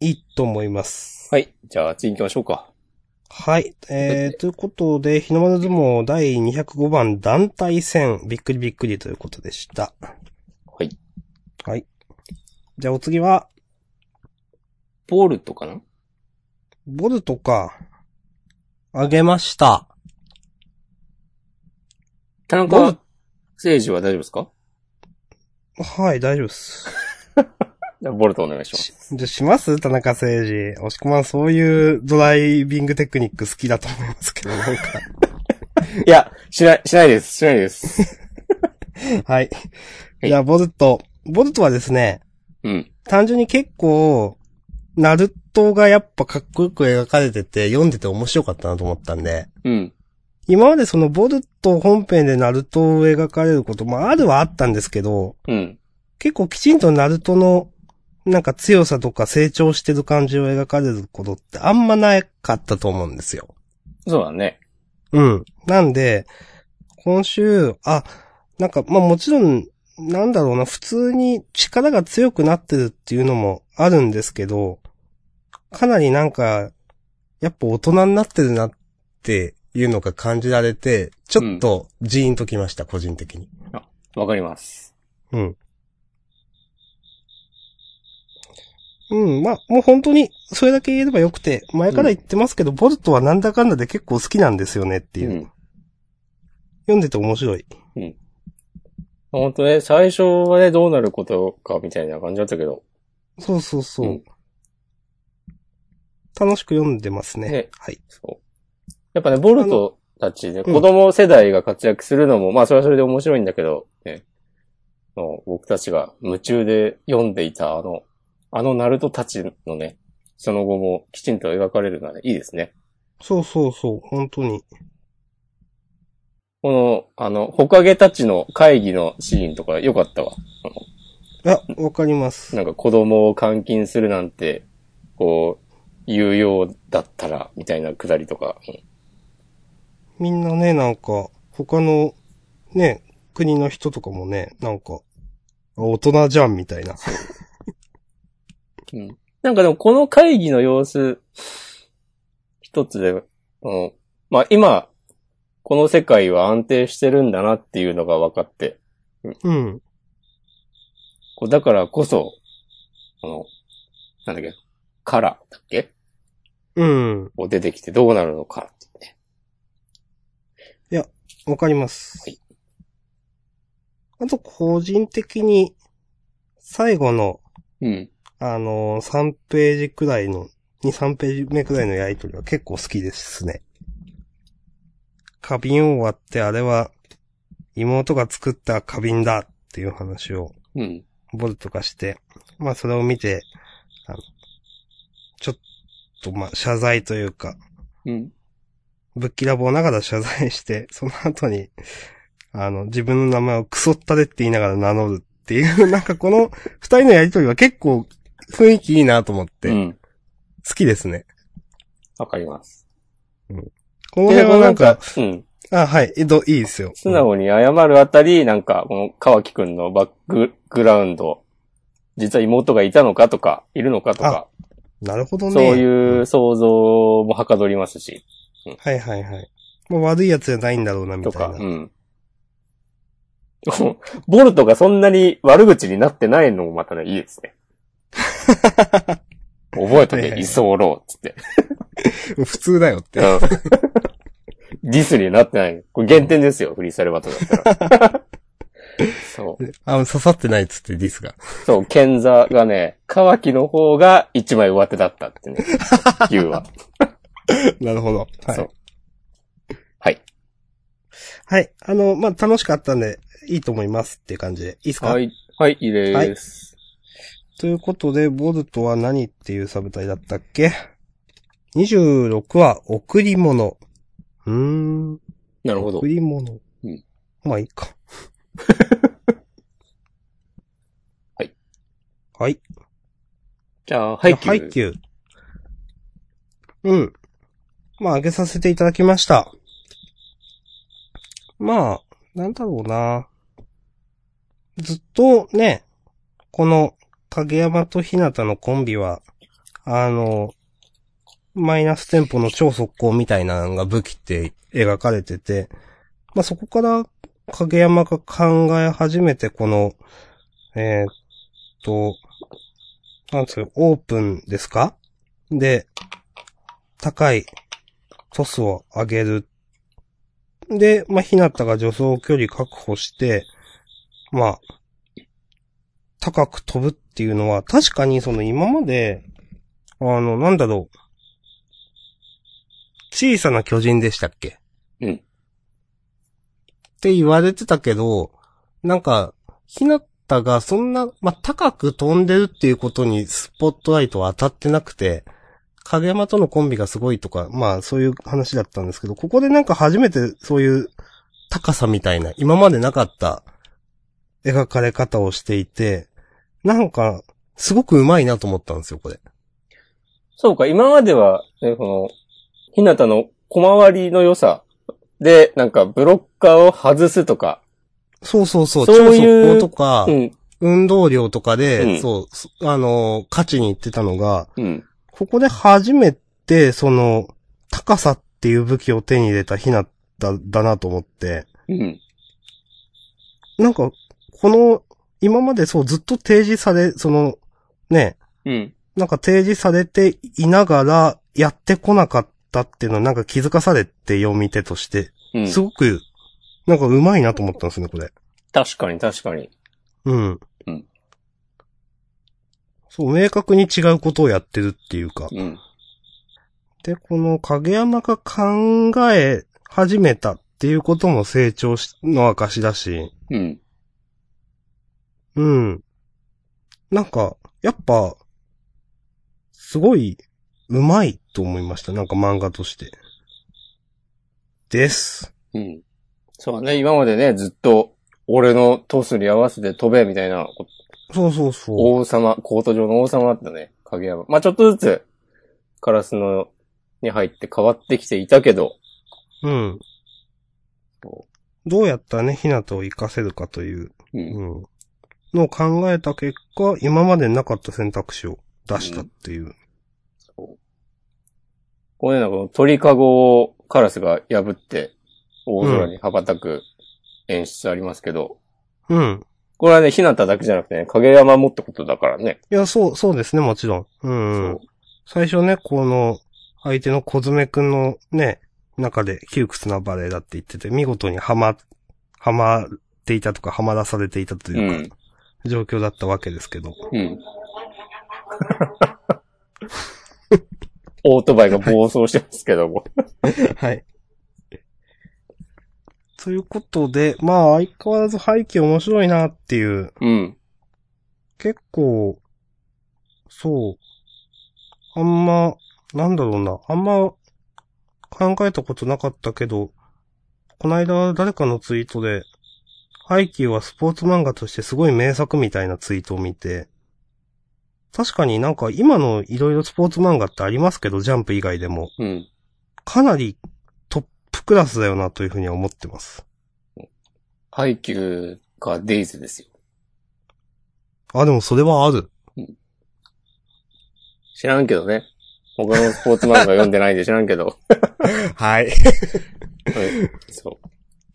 Speaker 2: いいと思います。
Speaker 1: はい。じゃあ、次行きましょうか。
Speaker 2: はい。えー、ということで、日の丸相撲第205番団体戦、びっくりびっくりということでした。
Speaker 1: はい。
Speaker 2: はい。じゃあお次は、
Speaker 1: ボルトかな
Speaker 2: ボルトか。あげました。
Speaker 1: 田
Speaker 2: ボル
Speaker 1: 中誠治は大丈夫ですか
Speaker 2: はい、大丈夫です。
Speaker 1: じゃあボルトお願いします。
Speaker 2: しじゃあします田中誠二。押し込まん、そういうドライビングテクニック好きだと思いますけど、 <laughs> なんか。
Speaker 1: いや、しない、しないです、しないです。
Speaker 2: はい。じゃあ、ボルト。ボルトはですね、
Speaker 1: うん。
Speaker 2: 単純に結構、ナルトがやっぱかっこよく描かれてて、読んでて面白かったなと思ったんで、
Speaker 1: うん。
Speaker 2: 今までそのボルト本編でナルトを描かれることもあるはあったんですけど、
Speaker 1: うん。
Speaker 2: 結構きちんとナルトの、なんか強さとか成長してる感じを描かれることってあんまなかったと思うんですよ。
Speaker 1: そうだね。
Speaker 2: うん。なんで、今週、あ、なんか、まあもちろん、なんだろうな、普通に力が強くなってるっていうのもあるんですけど、かなりなんか、やっぱ大人になってるなっていうのが感じられて、ちょっとジーンときました、個人的に。
Speaker 1: わかります。
Speaker 2: うん。うん、まあ、もう本当に、それだけ言えればよくて、前から言ってますけど、ボルトはなんだかんだで結構好きなんですよねって
Speaker 1: う
Speaker 2: いう。
Speaker 1: ん。
Speaker 2: 読んでて面白い。
Speaker 1: 本当ね、最初はね、どうなることかみたいな感じだったけど。
Speaker 2: そうそうそう。
Speaker 1: うん
Speaker 2: 楽しく読んでますね。
Speaker 1: ね
Speaker 2: はい。
Speaker 1: そう。やっぱね、ボルトたちね、
Speaker 2: うん
Speaker 1: 子供世代が活躍するのも、まあそれはそれで面白いんだけど、ね、あの僕たちが夢中で読んでいたあの、あのナルトたちのね、その後もきちんと描かれるのはね、いいですね。
Speaker 2: そうそうそう、本当に。
Speaker 1: この、あの、ホカゲたちの会議のシーンとか良かったわ。
Speaker 2: あ、わかります。
Speaker 1: なんか子供を監禁するなんて、こう、有用だったら、みたいなくだりとか。うん
Speaker 2: みんなね、なんか、他の、ね、国の人とかもね、なんか、あ大人じゃん、みたいな。
Speaker 1: うんなんかでもこの会議の様子、一つで、うん、まあ今、この世界は安定してるんだなっていうのが分かって、
Speaker 2: うん。
Speaker 1: こうだからこそ、あの、なんだっけ、カラーだっけ
Speaker 2: うん。
Speaker 1: を出てきてどうなるのかっていうね。
Speaker 2: わかります。
Speaker 1: はい
Speaker 2: あと、個人的に、最後の、
Speaker 1: うん。
Speaker 2: あのー、3ページくらいの、2、3ページ目くらいのやりとりは結構好きですね。花瓶を割って、あれは、妹が作った花瓶だっていう話を、
Speaker 1: うん。
Speaker 2: ボルトがして、まあそれを見て、あのちょっとまあ謝罪というか、
Speaker 1: うん。
Speaker 2: ぶっきらぼうながら謝罪して、その後に、あの、自分の名前をクソったれって言いながら名乗るっていう、なんかこの二人のやりとりは結構雰囲気いいなと思って、
Speaker 1: うん。
Speaker 2: 好きですね。
Speaker 1: わかります。
Speaker 2: この辺はなんか、
Speaker 1: うん。
Speaker 2: あ、はい、えど、いいですよ。
Speaker 1: 素直に謝るあたり、なんか、この川木くんのバックグラウンド、実は妹がいたのかとか、いるのかとか、
Speaker 2: なるほどね。
Speaker 1: そういう想像もはかどりますし、
Speaker 2: はいはいはい。もう悪いやつじゃないんだろうな、み
Speaker 1: と
Speaker 2: たい
Speaker 1: か、
Speaker 2: な。
Speaker 1: うん。 <laughs> ボルトがそんなに悪口になってないのもまたね、いいです
Speaker 2: <laughs>
Speaker 1: ね。覚えと
Speaker 2: はいはい
Speaker 1: け
Speaker 2: は、い
Speaker 1: 居候、つって。
Speaker 2: 普通だよって。
Speaker 1: ディスになってない。これ減点ですよ、フリースタイルバトルだったら。
Speaker 2: <laughs>
Speaker 1: そう。
Speaker 2: あ、刺さってないっつって、ディスが。
Speaker 1: そう、剣座がね、乾きの方が一枚上手だったって <laughs> ね、言うわ。
Speaker 2: <laughs> なるほど。は
Speaker 1: そう
Speaker 2: い。
Speaker 1: はい。
Speaker 2: はい。あの、まあ、楽しかったんで、いいと思いますっていう感じで。いいですか
Speaker 1: はい、はい、いいです。
Speaker 2: ということで、ボルトは何っていうサブタイだったっけ ?26 は贈り物。うーん。
Speaker 1: なるほど
Speaker 2: 贈。り物。
Speaker 1: うん
Speaker 2: まあいいか。
Speaker 1: <laughs> はい。
Speaker 2: はい。
Speaker 1: じゃあ、ハイキュー。
Speaker 2: キューうん。まあ、あげさせていただきました。まあ、なんだろうな。ずっとね、この影山と日向のコンビは、あの、マイナステンポの超速攻みたいなのが武器って描かれてて、まあそこから影山が考え始めてこの、えーっと、なんつうの、オープンですかで、高いトスを上げる。で、まあ、ひなたが助走距離確保して、まあ、高く飛ぶっていうのは、確かにその今まで、あの、なんだろう。小さな巨人でしたっけ
Speaker 1: うん
Speaker 2: って言われてたけど、なんか、ひなたがそんな、まあ、高く飛んでるっていうことにスポットライトは当たってなくて、影山とのコンビがすごいとか、まあそういう話だったんですけど、ここでなんか初めてそういう高さみたいな、今までなかった描かれ方をしていて、なんか、すごく上手いなと思ったんですよ、これ。
Speaker 1: そうか、今までは、ね、その、ひなたの小回りの良さで、なんかブロッカーを外すとか、
Speaker 2: そうそうそう、
Speaker 1: そういう
Speaker 2: 超速攻とか、
Speaker 1: うん、
Speaker 2: 運動量とかで、
Speaker 1: うん
Speaker 2: そうそ、あのー、勝ちに行ってたのが、
Speaker 1: うん、
Speaker 2: ここで初めて、その、高さっていう武器を手に入れたひなただなと思って、
Speaker 1: うん、
Speaker 2: なんか、この、今までそうずっと提示され、その、ね、
Speaker 1: うん、
Speaker 2: なんか提示されていながらやってこなかったっていうのはなんか気づかされて読み手として、
Speaker 1: うん。
Speaker 2: すごく、なんか上手いなと思ったんですね、これ。
Speaker 1: 確かに確かに。
Speaker 2: うん。
Speaker 1: うん
Speaker 2: そう、明確に違うことをやってるっていうか、
Speaker 1: うん。
Speaker 2: で、この影山が考え始めたっていうことも成長しの証だし、
Speaker 1: うん。
Speaker 2: うん。なんか、やっぱ、すごい、うまいと思いました。なんか漫画として。です。
Speaker 1: うん。そうね、今までね、ずっと、俺のトスに合わせて飛べ、みたいなこと
Speaker 2: そうそうそう。
Speaker 1: 王様、コート上の王様だったね、影山。まあちょっとずつ、カラスのに入って変わってきていたけど、
Speaker 2: うん。どうやったらね、ひなたを活かせるかという、
Speaker 1: うん。
Speaker 2: うん。のを考えた結果、今までなかった選択肢を出したっていう。
Speaker 1: これね、なんかこの鳥かごをカラスが破って、大空に羽ばたく演出ありますけど、
Speaker 2: うん。
Speaker 1: これはね、ひなただけじゃなくてね、影山もってことだからね。
Speaker 2: いや、そう、そうですね、もちろん。うん。
Speaker 1: そう
Speaker 2: 最初ね、この、相手の小爪くんのね、中で窮屈なバレーだって言ってて、見事にはま、はまっていたとか、はまらされていたと
Speaker 1: う
Speaker 2: いうんか、。状況だったわけですけど。
Speaker 1: うん。 <laughs> オートバイが暴走してますけども。
Speaker 2: はい。ということで、まあ、相変わらず背景面白いなっていう、
Speaker 1: うん。
Speaker 2: 結構、そう、あんま、なんだろうな、あんま考えたことなかったけど、こないだ誰かのツイートで、ハイキューはスポーツ漫画としてすごい名作みたいなツイートを見て、確かになんか今のいろいろスポーツ漫画ってありますけど、ジャンプ以外でも、
Speaker 1: うん。
Speaker 2: かなりトップクラスだよなというふうには思ってます。
Speaker 1: ハイキューかデイズですよ。
Speaker 2: あ、でもそれはある。
Speaker 1: 知らんけどね。他のスポーツ漫画読んでないんで知らんけど。
Speaker 2: は
Speaker 1: は
Speaker 2: い。
Speaker 1: いそう。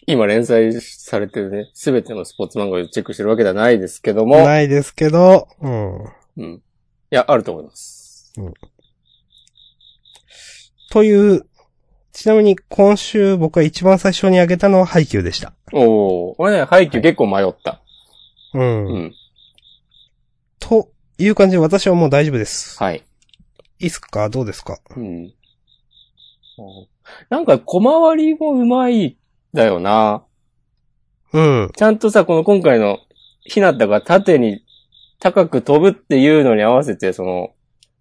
Speaker 1: 今連載されてるね、すべてのスポーツ漫画をチェックしてるわけではないですけども、
Speaker 2: ないですけど、うん。
Speaker 1: うん。いや、あると思います。
Speaker 2: という、ちなみに今週僕が一番最初に挙げたのはハイキューでした。
Speaker 1: おお、俺ね、ハイキュー結構迷った。
Speaker 2: うん。
Speaker 1: うん。
Speaker 2: という感じで私はもう大丈夫です。
Speaker 1: はい。
Speaker 2: いいっすかどうですか
Speaker 1: うん。なんか、小回りもうまいんだよな。
Speaker 2: うん。
Speaker 1: ちゃんとさ、この今回の、ひなたが縦に高く飛ぶっていうのに合わせて、その、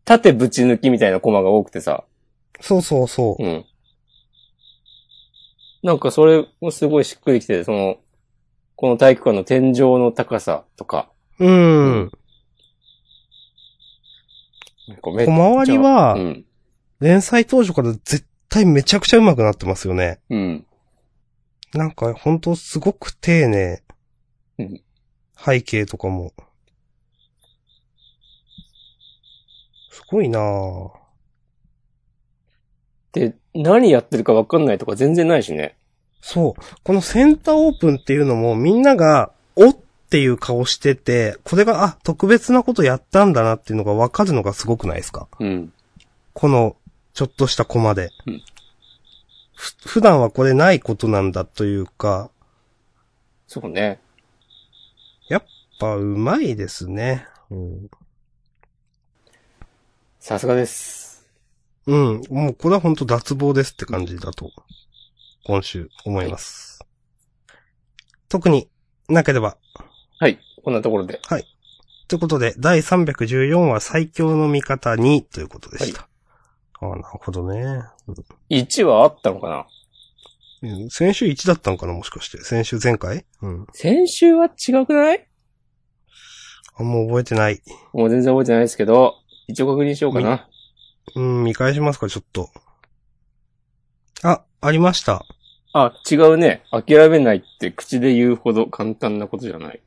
Speaker 1: 縦ぶち抜きみたいなコマが多くてさ。
Speaker 2: そうそうそう。
Speaker 1: うん。なんかそれもすごいしっくりきて、その、この体育館の天井の高さとか、
Speaker 2: うん。
Speaker 1: なんかめっちゃ
Speaker 2: 小回りは、
Speaker 1: うん。
Speaker 2: 連載当初から絶対めちゃくちゃ上手くなってますよね。
Speaker 1: うん。
Speaker 2: なんかほんとすごく丁寧。
Speaker 1: うん
Speaker 2: 背景とかも。すごいなぁ。
Speaker 1: で、何やってるかわかんないとか全然ないしね。
Speaker 2: そう。このセンターオープンっていうのもみんなが、おっていう顔してて、これが、あ、特別なことやったんだなっていうのがわかるのがすごくないですか
Speaker 1: うん。
Speaker 2: この、ちょっとしたコマで。
Speaker 1: うん
Speaker 2: ふ普段はこれないことなんだというか、
Speaker 1: そうね。
Speaker 2: やっぱうまいですね。うん。
Speaker 1: さすがです。
Speaker 2: うん。もうこれは本当脱帽ですって感じだと、今週思います。特になければ
Speaker 1: はい。こんなところで。
Speaker 2: ということで、第314話最強の味方2ということでした。ああ、なるほどね。
Speaker 1: 1はあったのかな
Speaker 2: うん先週1だったんかなもしかして。先週前回うん。
Speaker 1: 先週は違くない
Speaker 2: あんま覚えてない。
Speaker 1: もう全然覚えてないですけど、一応確認しようかな。
Speaker 2: うん、見返しますか、ちょっと。あ、ありました。
Speaker 1: あ、違うね。諦めないって口で言うほど簡単なことじゃない。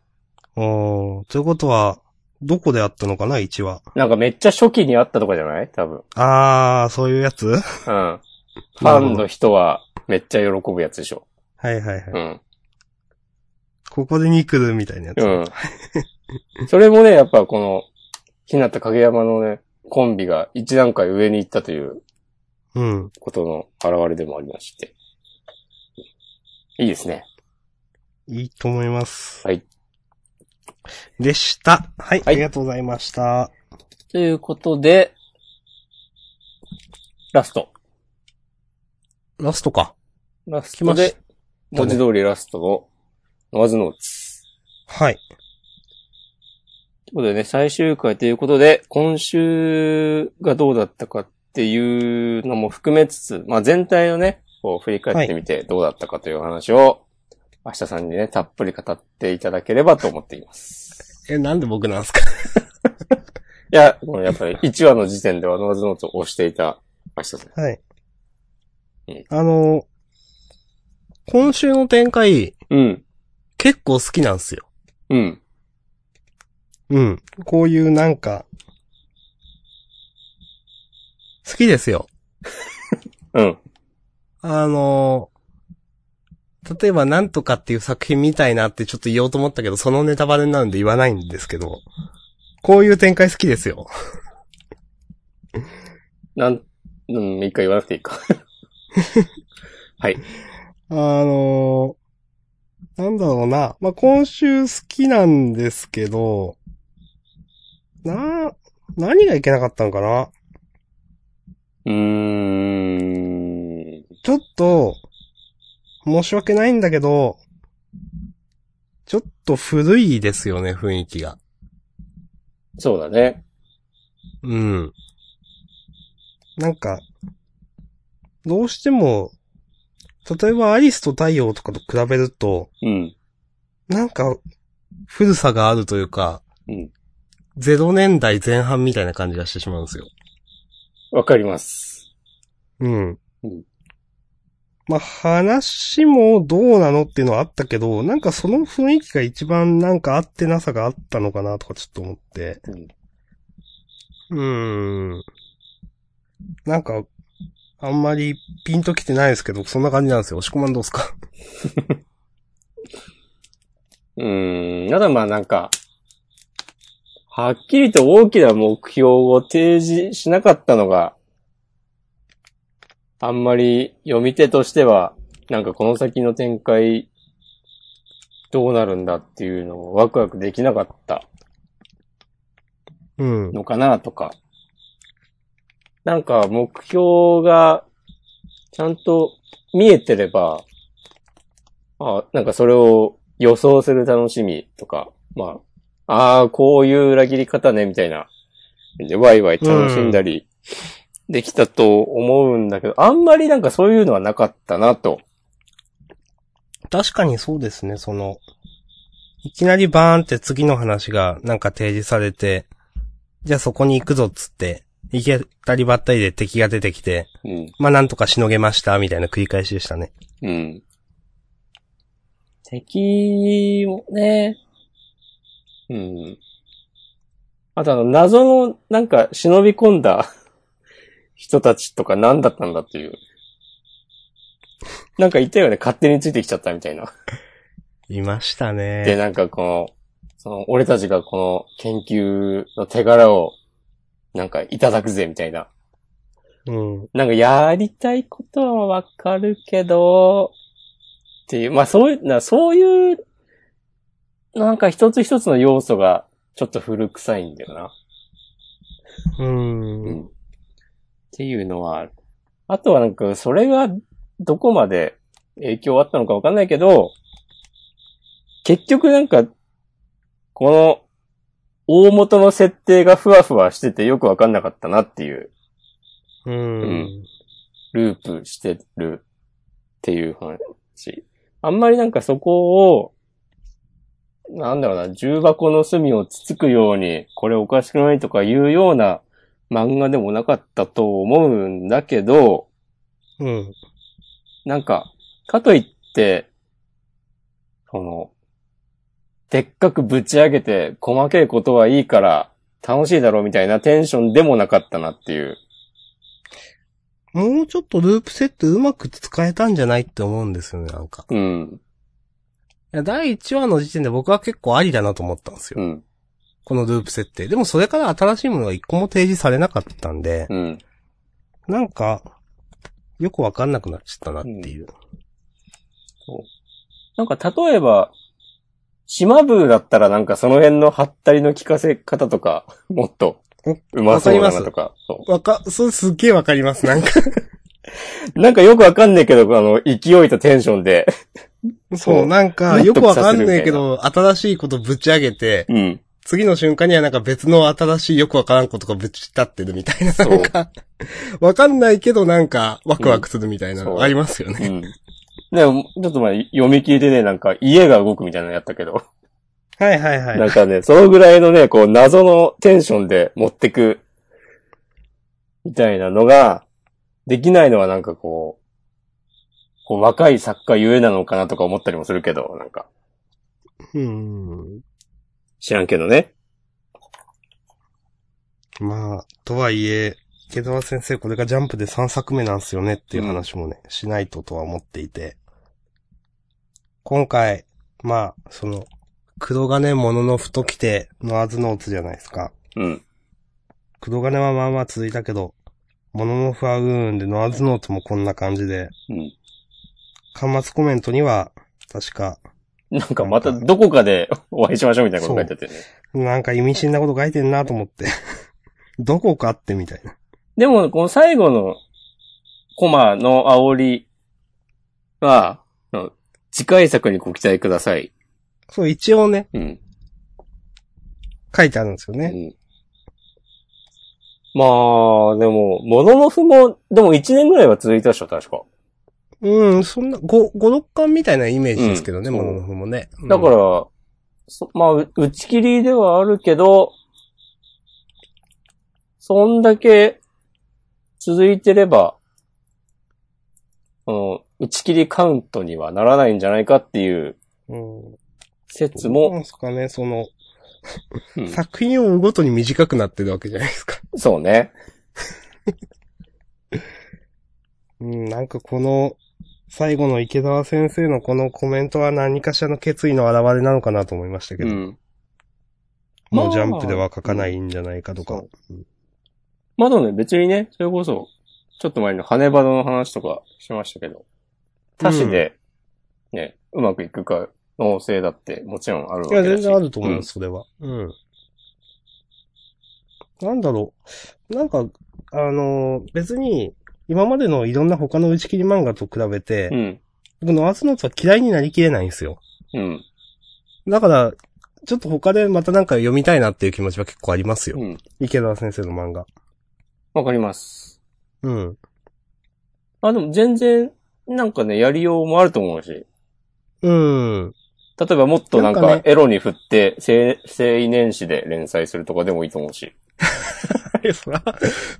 Speaker 2: おーということは、どこであったのかな、1話。
Speaker 1: なんかめっちゃ初期にあったとかじゃない多分。
Speaker 2: あー、そういうやつ <laughs> は
Speaker 1: うん。ファンの人はめっちゃ喜ぶやつでしょ。
Speaker 2: いはいはい。
Speaker 1: うん。
Speaker 2: ここで2来るみたいなやつ。
Speaker 1: うん。それもね、やっぱこの、日向影山のね、コンビが一段階上に行ったという
Speaker 2: うん。
Speaker 1: ことの表れでもありまして。いいですね。
Speaker 2: いいと思います。
Speaker 1: はい。
Speaker 2: でした。はい、
Speaker 1: はい
Speaker 2: ありがとうございました。
Speaker 1: ということで、ラスト。
Speaker 2: ラストか。
Speaker 1: ラス
Speaker 2: 来ま
Speaker 1: ト
Speaker 2: し
Speaker 1: で
Speaker 2: た、
Speaker 1: 文字通りラストの、ノワズノーツ。
Speaker 2: はい。
Speaker 1: ということでね、最終回ということで、今週がどうだったかっていうのも含めつつ、まあ全体をね、こう振り返ってみてどうだったかという話を、明日さんにね、たっぷり語っていただければと思っています。
Speaker 2: え、なんで僕なんですか <laughs>
Speaker 1: いや、もうやっぱり1話の時点ではノーズノートを押していた明日さん。
Speaker 2: はい
Speaker 1: うん。
Speaker 2: あの、今週の展開、
Speaker 1: うん、
Speaker 2: 結構好きなんですよ。
Speaker 1: うん、
Speaker 2: うん。こういうなんか、好きですよ。
Speaker 1: うん、
Speaker 2: あの、例えばなんとかっていう作品みたいなってちょっと言おうと思ったけど、そのネタバレになるんで言わないんですけど、こういう展開好きですよ。
Speaker 1: なん、うん、一回言わなくていいか。はい。
Speaker 2: あの、なんだろうな。まあ、今週好きなんですけど、な、何がいけなかったのかな
Speaker 1: うーん、
Speaker 2: ちょっと、申し訳ないんだけど、ちょっと古いですよね、雰囲気が。
Speaker 1: そうだね。
Speaker 2: うん。なんか、どうしても、例えばアリスと太陽とかと比べると、
Speaker 1: うん、
Speaker 2: なんか、古さがあるというか、
Speaker 1: うん。
Speaker 2: ゼロ年代前半みたいな感じがしてしまうんですよ。
Speaker 1: わかります。
Speaker 2: うん。
Speaker 1: うん
Speaker 2: まあ、話もどうなのっていうのはあったけど、なんかその雰囲気が一番なんか合ってなさがあったのかなとかちょっと思って。
Speaker 1: うん
Speaker 2: うーん。なんか、あんまりピンときてないですけど、そんな感じなんですよ。押し込まんどうすか
Speaker 1: うーん、ただまあなんか、はっきりと大きな目標を提示しなかったのが、あんまり読み手としては、なんかこの先の展開、どうなるんだっていうのをワクワクできなかった
Speaker 2: うん。
Speaker 1: のかなとか。なんか目標がちゃんと見えてれば、あなんかそれを予想する楽しみとか、まあ、ああ、こういう裏切り方ね、みたいな。で、ワイワイ楽しんだりできたと思うんだけど、あんまりなんかそういうのはなかったなと。
Speaker 2: 確かにそうですね、その、いきなりバーンって次の話がなんか提示されて、じゃあそこに行くぞっつって、行けたりばったりで敵が出てきて、
Speaker 1: うん。
Speaker 2: まあなんとかしのげました、みたいな繰り返しでしたね。
Speaker 1: うん。敵もね、うん。あとあの、謎の、なんか、忍び込んだ <laughs> 人たちとか何だったんだっていう。なんか言ったよね、勝手についてきちゃったみたいな。
Speaker 2: いました
Speaker 1: で、
Speaker 2: ね。
Speaker 1: なんかこの、その、俺たちがこの研究の手柄を、なんかいただくぜ、みたいな。
Speaker 2: うん。
Speaker 1: なんかやりたいことはわかるけど、っていう、まあそういう、なそういう、なんか一つ一つの要素がちょっと古臭いんだよな。
Speaker 2: うん。
Speaker 1: っていうのはある。あとはなんか、それがどこまで影響あったのかわかんないけど、結局なんか、この、大元の設定がふわふわしててよくわかんなかったなっていう。
Speaker 2: うん。
Speaker 1: ループしてるっていう話。あんまりなんかそこを、なんだろうな、重箱の隅をつつくように、これおかしくないとか言うような漫画でもなかったと思うんだけど、
Speaker 2: うん。
Speaker 1: なんか、かといって、その、でっかくぶち上げて、細けいことはいいから、楽しいだろうみたいなテンションでもなかったなっていう。
Speaker 2: もうちょっとループセットうまく使えたんじゃないって思うんですよね、なんか。
Speaker 1: うん。
Speaker 2: いや第1話の時点で僕は結構ありだなと思ったんですよ。
Speaker 1: うん。
Speaker 2: このループ設定。でもそれから新しいものが一個も提示されなかったんで、
Speaker 1: うん。
Speaker 2: なんか、よくわかんなくなっちゃったなっていう。
Speaker 1: なんか例えば、島部だったらなんかその辺のハったりの効かせ方とか、 <laughs> もっと、うまそうだなとか。そう
Speaker 2: わか、そうすっげえわかります。なんか、
Speaker 1: なんかよくわかんねえけど、あの、勢いとテンションで。
Speaker 2: <laughs> そ、
Speaker 1: そうう
Speaker 2: なんか、よくわかんねえけど、新しいことぶち上げて、
Speaker 1: うん。
Speaker 2: 次の瞬間にはなんか別の新しいよくわからんことがぶち立ってるみたいな、
Speaker 1: そう
Speaker 2: なんか、わかんないけどなんか、ワクワクするみたいな
Speaker 1: うん
Speaker 2: の
Speaker 1: そう
Speaker 2: ありますよね。
Speaker 1: うん。でも、ちょっと前、読み切りでね、なんか、家が動くみたいなのやったけど。
Speaker 2: はいはいはい。
Speaker 1: なんかね、そのぐらいのね、こう、謎のテンションで持ってく、みたいなのが、できないのはなんかこう、こう若い作家ゆえなのかなとか思ったりもするけど、なんか、
Speaker 2: うん。
Speaker 1: 知らんけどね。
Speaker 2: まあ、とはいえ、池澤先生、これがジャンプで3作目なんすよねっていう話もね、しないととは思っていて。今回、まあ、その、黒金物の太きてノアズノーツじゃないですか。
Speaker 1: うん。
Speaker 2: 黒金はまあまあ続いたけど、モノノフはうーんで、ノアズノートもこんな感じで、
Speaker 1: うん。
Speaker 2: 端末コメントには、確か、
Speaker 1: なんかまたどこかで <laughs> お会いしましょうみたいなこと書いてあってね。
Speaker 2: なんか意味深なこと書いてんなと思って、 <laughs> どこかってみたいな。
Speaker 1: でも、この最後のコマの煽りは、あの次回作にご期待ください。
Speaker 2: そう、一応ね、
Speaker 1: うん。
Speaker 2: 書いてあるんですよ
Speaker 1: う
Speaker 2: ね。
Speaker 1: ん、まあ、でも、もののふも、でも1年ぐらいは続いたでしょ、確か。
Speaker 2: うん、そんな、5、5、6巻みたいなイメージですけどね、
Speaker 1: うん
Speaker 2: モノノフもね。、
Speaker 1: だからら、そまあ、う打ち切りではあるけど、そんだけ続いてれば、あの、打ち切りカウントにはならないんじゃないかっていう
Speaker 2: うん。
Speaker 1: 説
Speaker 2: どうな
Speaker 1: も、
Speaker 2: んすかね、その、
Speaker 1: うん
Speaker 2: 作品を追うごとに短くなってるわけじゃないですか。
Speaker 1: そうね。
Speaker 2: うん、なんかこの、最後の池澤先生のこのコメントは何かしらの決意の表れなのかなと思いましたけ
Speaker 1: う
Speaker 2: ど、
Speaker 1: ん。
Speaker 2: もう
Speaker 1: まあ
Speaker 2: ジャンプでは書かないんじゃないかとか。
Speaker 1: まだね、別にね、それこそ、ちょっと前の羽バドの話とかしましたけど、他市で、ね、うまくいく可能性だってもちろんあるわ
Speaker 2: い
Speaker 1: けだ
Speaker 2: や、
Speaker 1: し。
Speaker 2: 全然あると思います、それは。うん。なんだろう。なんか、あのー別に、今までのいろんな他の打ち切り漫画と比べて、
Speaker 1: うん。
Speaker 2: 僕のアーツノーツは嫌いになりきれないんですよ。
Speaker 1: うん。
Speaker 2: だから、ちょっと他でまたなんか読みたいなっていう気持ちは結構ありますよ。
Speaker 1: うん。
Speaker 2: 池澤先生の漫画。
Speaker 1: わかります。
Speaker 2: うん。
Speaker 1: あ、でも全然、なんかね、やりようもあると思うし。例
Speaker 2: うん。 <laughs>
Speaker 1: えばもっとなん
Speaker 2: なんか
Speaker 1: か
Speaker 2: ね、
Speaker 1: エロに振って、青青年誌で連載するとかでもいいと思うし。
Speaker 2: いやそら、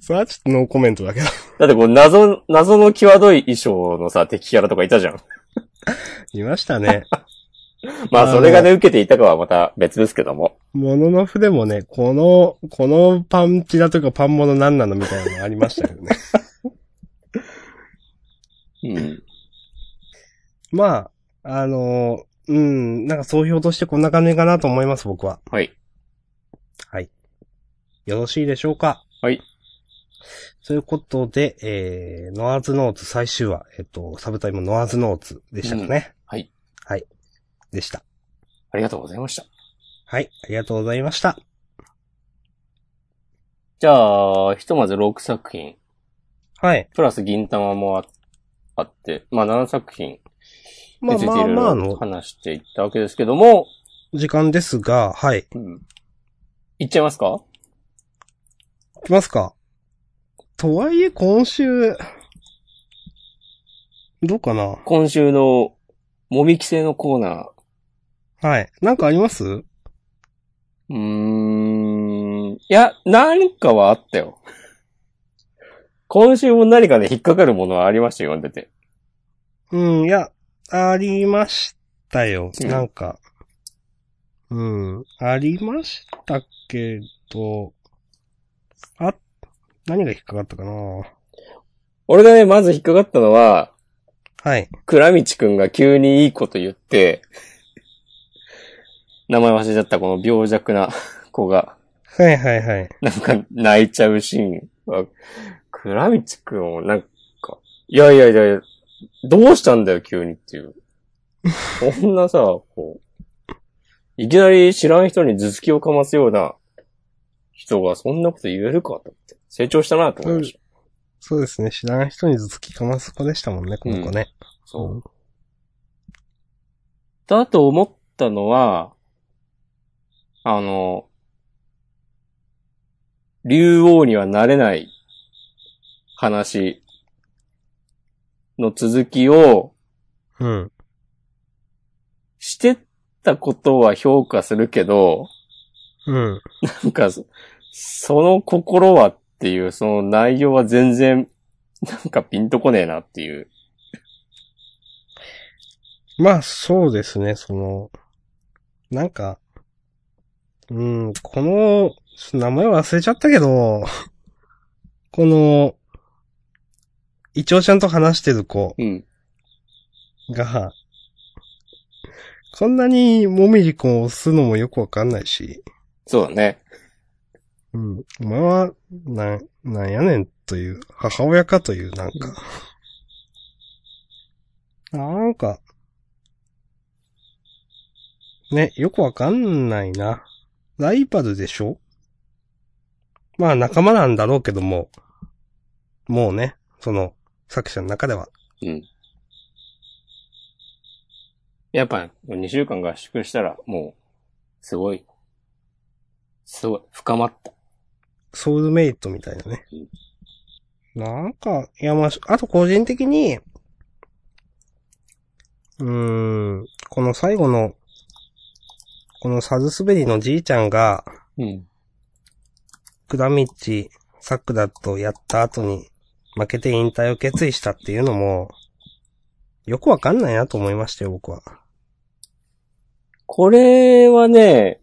Speaker 2: そらちょっとノーコメントだけど。 <laughs>
Speaker 1: だってこう、謎、謎の際どい衣装のさ、敵キャラとかいた
Speaker 2: <laughs>
Speaker 1: じゃん。
Speaker 2: いましたね。
Speaker 1: まあ、それがね、受けていたかはまた別ですけども。
Speaker 2: もののふでもね、この、このパンチだとかパンモノなんなのみたいなのありましたよね。 <laughs>
Speaker 1: うん。
Speaker 2: まあ、あのーうん、なんか総評としてこんな感じかなと思います、僕は。
Speaker 1: はい。
Speaker 2: よろしいでしょうか
Speaker 1: はい。
Speaker 2: ということで、えー、ノアズノーツ最終話、えっ、と、サブタイムノアズノーツでしたかね、
Speaker 1: うんはい。
Speaker 2: はい。でした。
Speaker 1: ありがとうございました。
Speaker 2: はい、ありがとうございました。
Speaker 1: じゃあ、ひとまず6作品、
Speaker 2: はい。
Speaker 1: プラス銀玉もああって、まあ7作品に
Speaker 2: まあ
Speaker 1: ついてい
Speaker 2: まあ
Speaker 1: ろい
Speaker 2: ま
Speaker 1: ろ
Speaker 2: あの
Speaker 1: 話していったわけですけども、
Speaker 2: 時間ですが、はい。
Speaker 1: うん。いっちゃいますか
Speaker 2: いきますか。とはいえ、今週、どうかな
Speaker 1: 今週の、もみきせのコーナー。
Speaker 2: はい。なんかあります
Speaker 1: うーん。いや、何かはあったよ。今週も何かね、引っかかるものはありましたよ、読んでて。
Speaker 2: うん、いや、ありましたよ。
Speaker 1: うん
Speaker 2: なんか。うん、ありましたけど、あ、何が引っかかったかな
Speaker 1: 俺がね、まず引っかかったのは、
Speaker 2: はい。
Speaker 1: 倉道くんが急にいいこと言って、名前忘れちゃったこの病弱な子が、
Speaker 2: はいはいはい。
Speaker 1: なんか泣いちゃうシーンは、倉道くんをなんか、いやいやいやいや、どうしたんだよ急にっていう。こんなさ、こう、いきなり知らん人に頭突きをかますような人がそんなこと言えるかと思って、成長したなと思いました。
Speaker 2: そうですね。知らない人にずつ聞かます子でしたもんね、この子ね。
Speaker 1: そう。だと思ったのは、あの、竜王にはなれない話の続きを
Speaker 2: うん。うん。
Speaker 1: してったことは評価するけど、
Speaker 2: うん。
Speaker 1: なんか、そその心はっていう、その内容は全然、なんかピンとこねえなっていう。
Speaker 2: まあ、そうですね、その、なんか、うん、この、ちょっと名前忘れちゃったけど、 <laughs> この、イチョウちゃんと話してる子
Speaker 1: うん。
Speaker 2: が、こんなにもみじくんを押すのもよくわかんないし、
Speaker 1: そうだね。
Speaker 2: うん、お前は、なん、なんやねんという、母親かという、なんか。なんか、ね、よくわかんないな。ライバルでしょまあ仲間なんだろうけども、もうね、その、作者の中では。
Speaker 1: やっぱ、2週間合宿したら、もう、すごい、すごい、深まった。
Speaker 2: ソウルメイトみたいなね
Speaker 1: うん。
Speaker 2: なんか、いやまあ、あと個人的に、うーん、この最後の、このサズスベリのじいちゃんが、
Speaker 1: うん。
Speaker 2: 倉道桜とやった後に、負けて引退を決意したっていうのも、よくわかんないなと思いましたよ、僕は。
Speaker 1: これはね、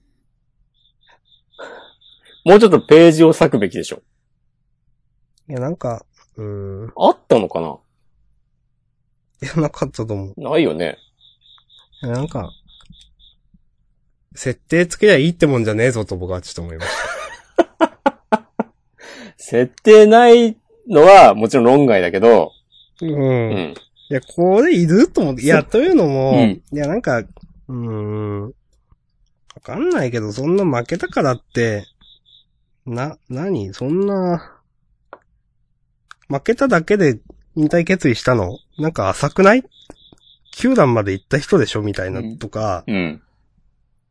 Speaker 1: もうちょっとページを割くべきでしょ。
Speaker 2: いや、なんか、うーん、
Speaker 1: あったのかない
Speaker 2: や、なかったと思う。
Speaker 1: ないよね。
Speaker 2: なんか、設定つけりゃいいってもんじゃねえぞと僕はちょっと思いました。
Speaker 1: 設定ないのは、もちろん論外だけど、
Speaker 2: うん。い
Speaker 1: うん。
Speaker 2: や、これいると思って、いや、というのも、
Speaker 1: うん
Speaker 2: いや、なんか、うーん、わかんないけど、そんな負けたからって、な、なに、そんな、負けただけで引退決意したのなんか浅くない球団まで行った人でしょみたいなとか、
Speaker 1: うん。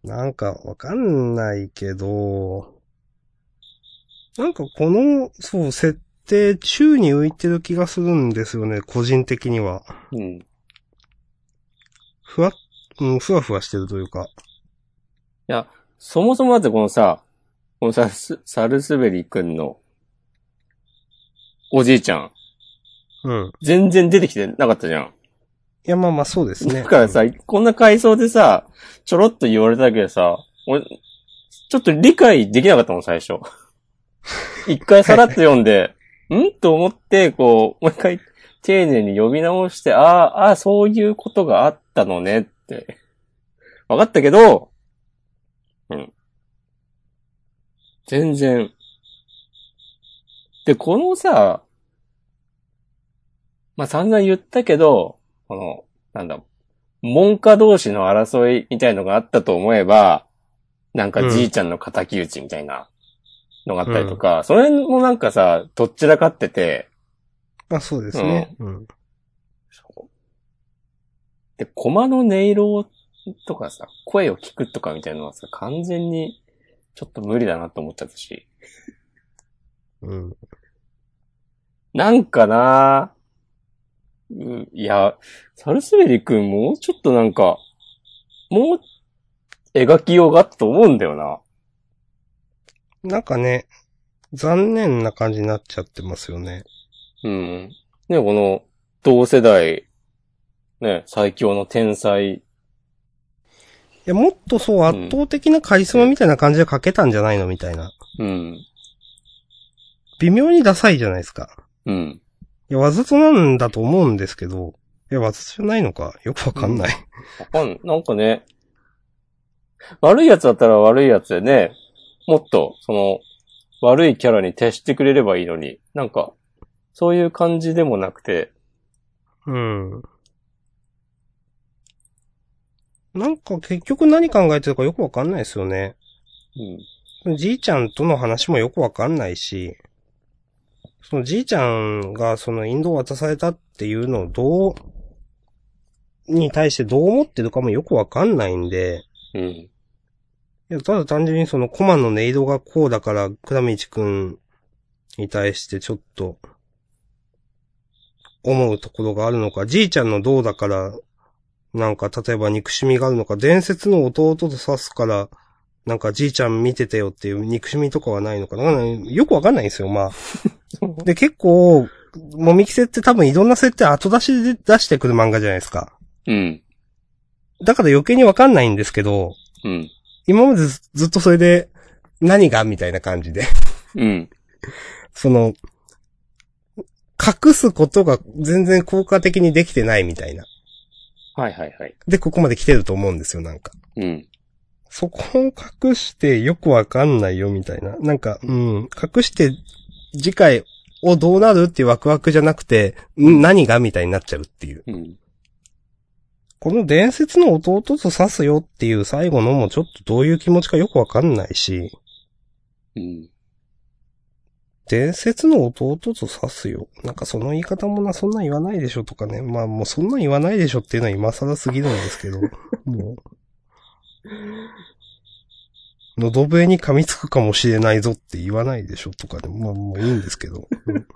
Speaker 2: なんかわかんないけど、なんかこの、そう、設定宙に浮いてる気がするんですよね、個人的には。
Speaker 1: うん。
Speaker 2: ふわ、うん、ふわふわしてるというか。
Speaker 1: そもそもだってこのさ、このさ、すサルスベリ君の、おじいちゃん、
Speaker 2: うん。
Speaker 1: 全然出てきてなかったじゃん。
Speaker 2: いや、まあまあそうですね。
Speaker 1: だからさ、こんな回想でさ、ちょろっと言われただけどさ、俺、ちょっと理解できなかったもん、最
Speaker 2: <laughs>
Speaker 1: 初。一回さらっと読んで、んと思って、こう、もう一回丁寧に読み直して、ああ、ああ、そういうことがあったのねって。分かったけど、うん。全然。で、このさ、まあ、散々言ったけど、この、なんだ、文科同士の争いみたいのがあったと思えば、なんかじいちゃんの仇討ちみたいなのがあったりとか、それもなんかさ、どっちらかってて、
Speaker 2: まあそうですね。うん。
Speaker 1: で、駒の音色とかさ、声を聞くとかみたいなのはさ、完全にちょっと無理だなと思っちゃったし、
Speaker 2: うん。
Speaker 1: なんかなうんいや、サルスベリ君もうちょっとなんか、もう描きようがあったと思うんだよな。
Speaker 2: なんかね、残念な感じになっちゃってますよね。
Speaker 1: うん。ね、この、同世代、ね、最強の天才。
Speaker 2: いや、もっとそう、圧倒的なカリスマみたいな感じで書けたんじゃないのみたいな。
Speaker 1: うん。
Speaker 2: 微妙にダサいじゃないですか。
Speaker 1: うん。
Speaker 2: いや、わざとなんだと思うんですけど、いや、わざとじゃないのか、よくわかんない。
Speaker 1: わかん、なんかね、悪い奴だったら悪い奴でね、もっと、その、悪いキャラに徹してくれればいいのに、なんか、そういう感じでもなくて、
Speaker 2: うん。なんか結局何考えてるかよくわかんないですよね。
Speaker 1: うん。
Speaker 2: じいちゃんとの話もよくわかんないし、そのじいちゃんがそのインドを渡されたっていうのをどう、に対してどう思ってるかもよくわかんないんで、
Speaker 1: うん。
Speaker 2: いや、ただ単純にそのコマの音色がこうだから、倉道くんに対してちょっと、思うところがあるのか、じいちゃんのどうだから、なんか例えば憎しみがあるのか、伝説の弟と指すから、なんかじいちゃん見ててよっていう憎しみとかはないのかな、なんかよくわかんないんですよ、まあ。で、結構、もみきせって多分いろんな設定後出しで出してくる漫画じゃないですか。
Speaker 1: うん。
Speaker 2: だから余計にわかんないんですけど、
Speaker 1: うん。
Speaker 2: 今までずずっとそれで、何がみたいな感じで。 <laughs>
Speaker 1: うん。
Speaker 2: その、隠すことが全然効果的にできてないみたいな。
Speaker 1: はいはいはい。
Speaker 2: で、ここまで来てると思うんですよ、なんか。
Speaker 1: うん。
Speaker 2: そこを隠してよくわかんないよ、みたいな。なんか、うん、隠して次回をどうなるっていうワクワクじゃなくて、ん何がみたいになっちゃうっていう。
Speaker 1: うん。
Speaker 2: この伝説の弟と刺すよっていう最後のもちょっとどういう気持ちかよくわかんないし。
Speaker 1: うん。
Speaker 2: 伝説の弟と指すよ。なんかその言い方もな、そんなん言わないでしょとかね。まあもうそんなん言わないでしょっていうのは今更すぎるんですけ <laughs> ど。もう。喉笛に噛みつくかもしれないぞって言わないでしょとかでも、まあもういいんですけど。うん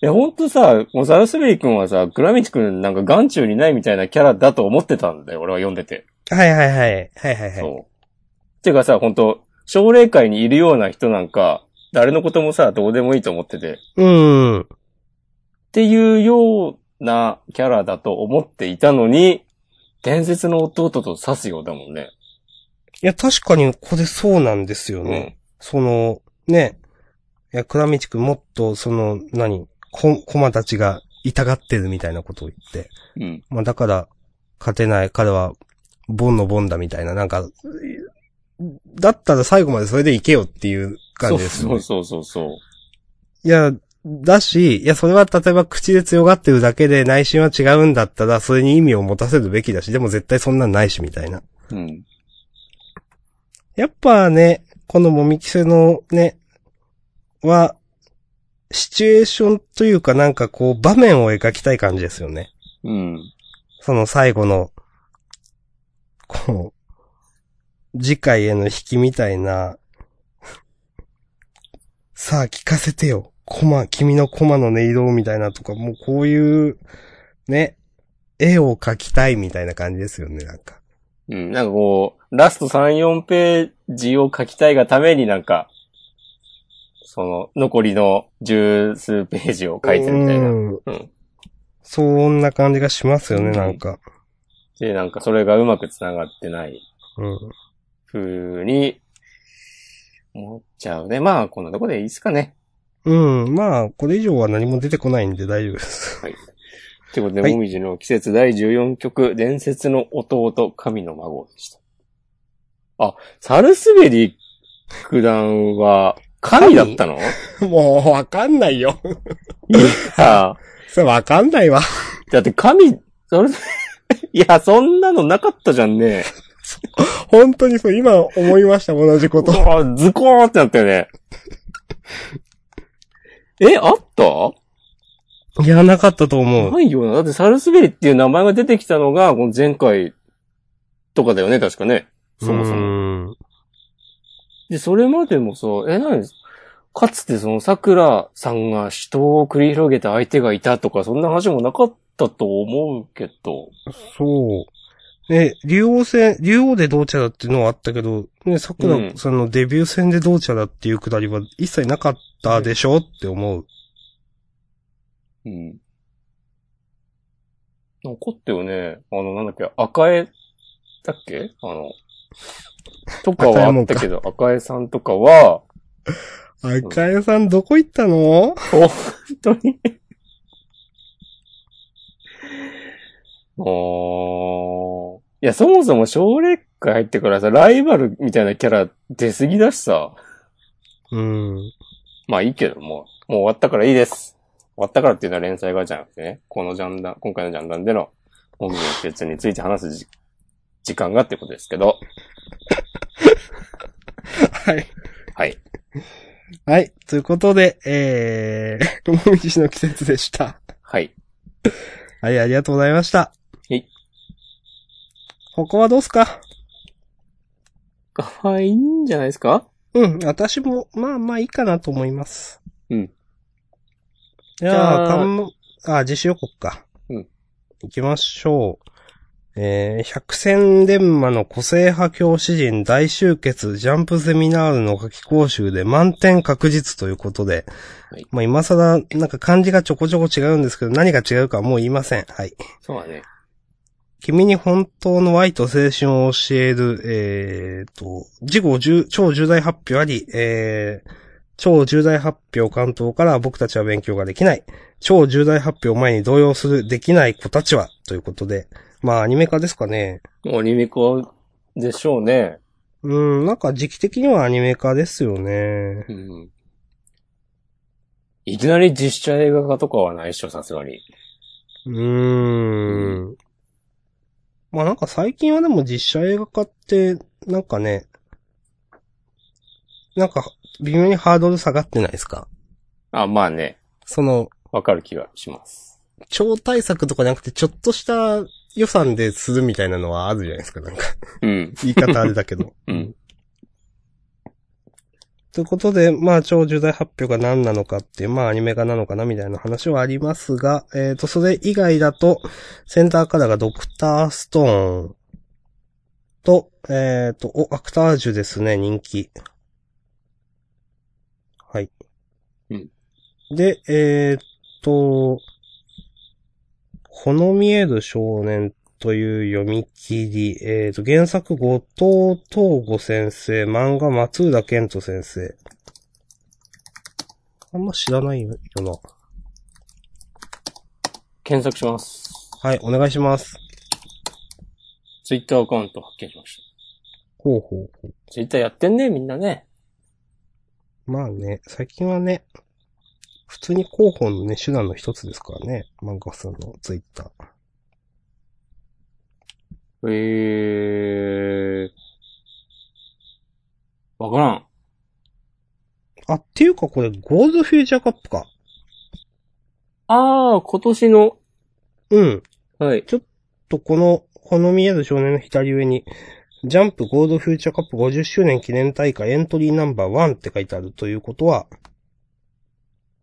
Speaker 1: いや、ほんとさ、もうサルスベリ君はさ、グラミチ君なんか眼中にないみたいなキャラだと思ってたんだよ、俺は読んでて。
Speaker 2: はいはいはい。はいはいはい。
Speaker 1: そう。てかさ、ほんと、奨励会にいるような人なんか、誰のこともさ、どうでもいいと思ってて。っ
Speaker 2: うん。
Speaker 1: ていうようなキャラだと思っていたのに、伝説の弟と刺すようだもんね。
Speaker 2: いや、確かにこれそうなんですよ
Speaker 1: う
Speaker 2: ね。その、ね、いや、倉道くんもっと、その、何、こ、駒たちが痛がってるみたいなことを言って。
Speaker 1: ん。うん。
Speaker 2: まあだから、勝てない彼は、ボンのボンだみたいな、なんか、だったら最後までそれでいけよっていう
Speaker 1: そ
Speaker 2: 感
Speaker 1: う
Speaker 2: じです、ね。
Speaker 1: そうそうそうそう。
Speaker 2: いや、だし、いや、それは例えば口で強がってるだけで内心は違うんだったら、それに意味を持たせるべきだし、でも絶対そんなんないしみたいな。
Speaker 1: うん。
Speaker 2: やっぱね、このもみきせのね、は、シチュエーションというかなんかこう場面を描きたい感じですよね。
Speaker 1: うん。
Speaker 2: その最後の、こう、次回への引きみたいな、さあ聞かせてよ、コマ、君のコマの音色をみたいなとか、もうこういう、ね、絵を描きたいみたいな感じですよね、なんか。
Speaker 1: うん。なんかこう、ラスト3、4ページを書きたいがためになんか、その、残りの十数ページを書いてるみたいな。
Speaker 2: うん
Speaker 1: うん
Speaker 2: そんな感じがしますよね、なんか。
Speaker 1: で、なんかそれがうまく繋がってない
Speaker 2: うん。
Speaker 1: 風に思っちゃうね。まあ、こんなとこでいいっすかね。
Speaker 2: うん。まあ、これ以上は何も出てこないんで大丈夫です。
Speaker 1: ということで、
Speaker 2: はい
Speaker 1: もみじの季節第14曲、伝説の弟、神の孫でした。あ、サルスベリ九段は神だったの
Speaker 2: <laughs> もう、わかんないよ。
Speaker 1: いや、
Speaker 2: <laughs> それわかんないわ。
Speaker 1: だって神、それ、 <laughs> いや、そんなのなかったじゃんね。
Speaker 2: 本当にそう、今思いました、同じこ
Speaker 1: う
Speaker 2: と。
Speaker 1: わズコーンってなったよね。え、あった
Speaker 2: いや、なかったと思う。
Speaker 1: ないよな。だってサルスベリっていう名前が出てきたのが、この前回とかだよね、確かね。そもそも。
Speaker 2: も。
Speaker 1: で、それまでもさ、え、何かつてその桜さんが死闘を繰り広げた相手がいたとか、そんな話もなかったと思うけど。
Speaker 2: そう。ね、竜王戦、竜王でどうちゃらっていうのはあったけど、ね、
Speaker 1: う
Speaker 2: 桜
Speaker 1: ん
Speaker 2: さんのデビュー戦でどうちゃらっていうくだりは一切なかったでしょって思う。
Speaker 1: うん。残ったよね。あの、なんだっけ、赤江だっけあの、とかはあったけど、赤江さんとかは、
Speaker 2: 赤江さんどこ行ったの
Speaker 1: 本当に。おー。いや、そもそも奨励会入ってからさ、ライバルみたいなキャラ出すぎだしさ。
Speaker 2: <laughs> うん。
Speaker 1: まあいいけど、もう、もう終わったからいいです。終わったからっていうのは連載がじゃなくてね、このジャンダン、今回のジャンダンでの、本人の季節について話すじ時間がってことですけど。
Speaker 2: はい。
Speaker 1: はい。
Speaker 2: はい。ということで、えー、ともみじの季節でした。
Speaker 1: はい。
Speaker 2: はい、ありがとうございました。
Speaker 1: はい。
Speaker 2: 他はどうすか
Speaker 1: はい、いいんじゃないですか
Speaker 2: うん、私も、まあまあいいかなと思います。
Speaker 1: うん。
Speaker 2: じゃあ、
Speaker 1: ゃあ
Speaker 2: かん、あ、自主予告か。
Speaker 1: うん。
Speaker 2: 行きましょう。えー、百戦錬磨の個性派教師陣大集結ジャンプゼミナールの夏季講習で満点確実ということで、
Speaker 1: はい
Speaker 2: まあ今更、なんか漢字がちょこちょこ違うんですけど、何が違うかはもう言いません。はい。
Speaker 1: そうだね。
Speaker 2: 君に本当の愛と青春を教える、えー、と、事後重超重大発表あり、えー、超重大発表関東から僕たちは勉強ができない。超重大発表前に動揺するできない子たちは、ということで。まあ、アニメ化ですかね。
Speaker 1: アニメ化でしょうね。
Speaker 2: うん、なんか時期的にはアニメ化ですよね。
Speaker 1: うん。いきなり実写映画化とかはないっしょ、さすがに。
Speaker 2: うーん。まあなんか最近はでも実写映画化って、なんかね、なんか微妙にハードル下がってないですか
Speaker 1: あ、まあね。
Speaker 2: その、
Speaker 1: わかる気がします。
Speaker 2: 超大作とかじゃなくてちょっとした予算でするみたいなのはあるじゃないですか、なんか。
Speaker 1: うん。
Speaker 2: 言い方あれだけど。
Speaker 1: うん。
Speaker 2: ということで、まあ、超重大発表が何なのかっていう、まあ、アニメ化なのかなみたいな話はありますが、えっ、と、それ以外だと、センターカラーがドクターストーンと、えっ、と、お、アクタージュですね、人気。はい。
Speaker 1: うん
Speaker 2: で、えっ、と、この見える少年という読み切り、えっ、と、原作後藤東吾先生、漫画松浦健人先生。あんま知らないよな。
Speaker 1: 検索します。
Speaker 2: はい、お願いします。
Speaker 1: ツイッターアカウント発見しまし
Speaker 2: ほうほう。
Speaker 1: た。ツイッターやってんね、みんなね。
Speaker 2: まあね、最近はね、普通に広報のね、手段の一つですからね。漫画さんのツイッター。
Speaker 1: えー。わからん。
Speaker 2: あ、っていうかこれ、ゴールドフューチャーカップか。
Speaker 1: あー、今年の、
Speaker 2: うん。
Speaker 1: はい。
Speaker 2: と、この、この見える少年の左上に、ジャンプゴールドフューチャーカップ50周年記念大会エントリーナンバー1って書いてあるということは、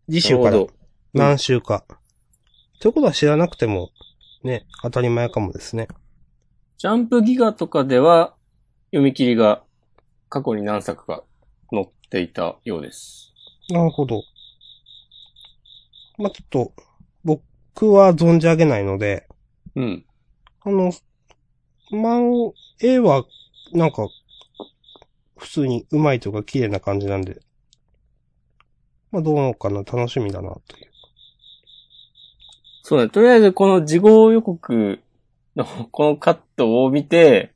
Speaker 2: 次週か
Speaker 1: なる
Speaker 2: ら
Speaker 1: ほど
Speaker 2: 何週か。ということは知らなくても、ね、当たり前かもですね。
Speaker 1: ジャンプギガとかでは、読み切りが過去に何作か載っていたようです。
Speaker 2: なるほど。まあ、ちょっと、僕は存じ上げないので、
Speaker 1: うん。
Speaker 2: あの、まあ、絵は、なんか、普通にうまいというか綺麗な感じなんで、まあ、どうなのかな、楽しみだな、という。
Speaker 1: そうね。とりあえず、この事後予告の <laughs> このカットを見て、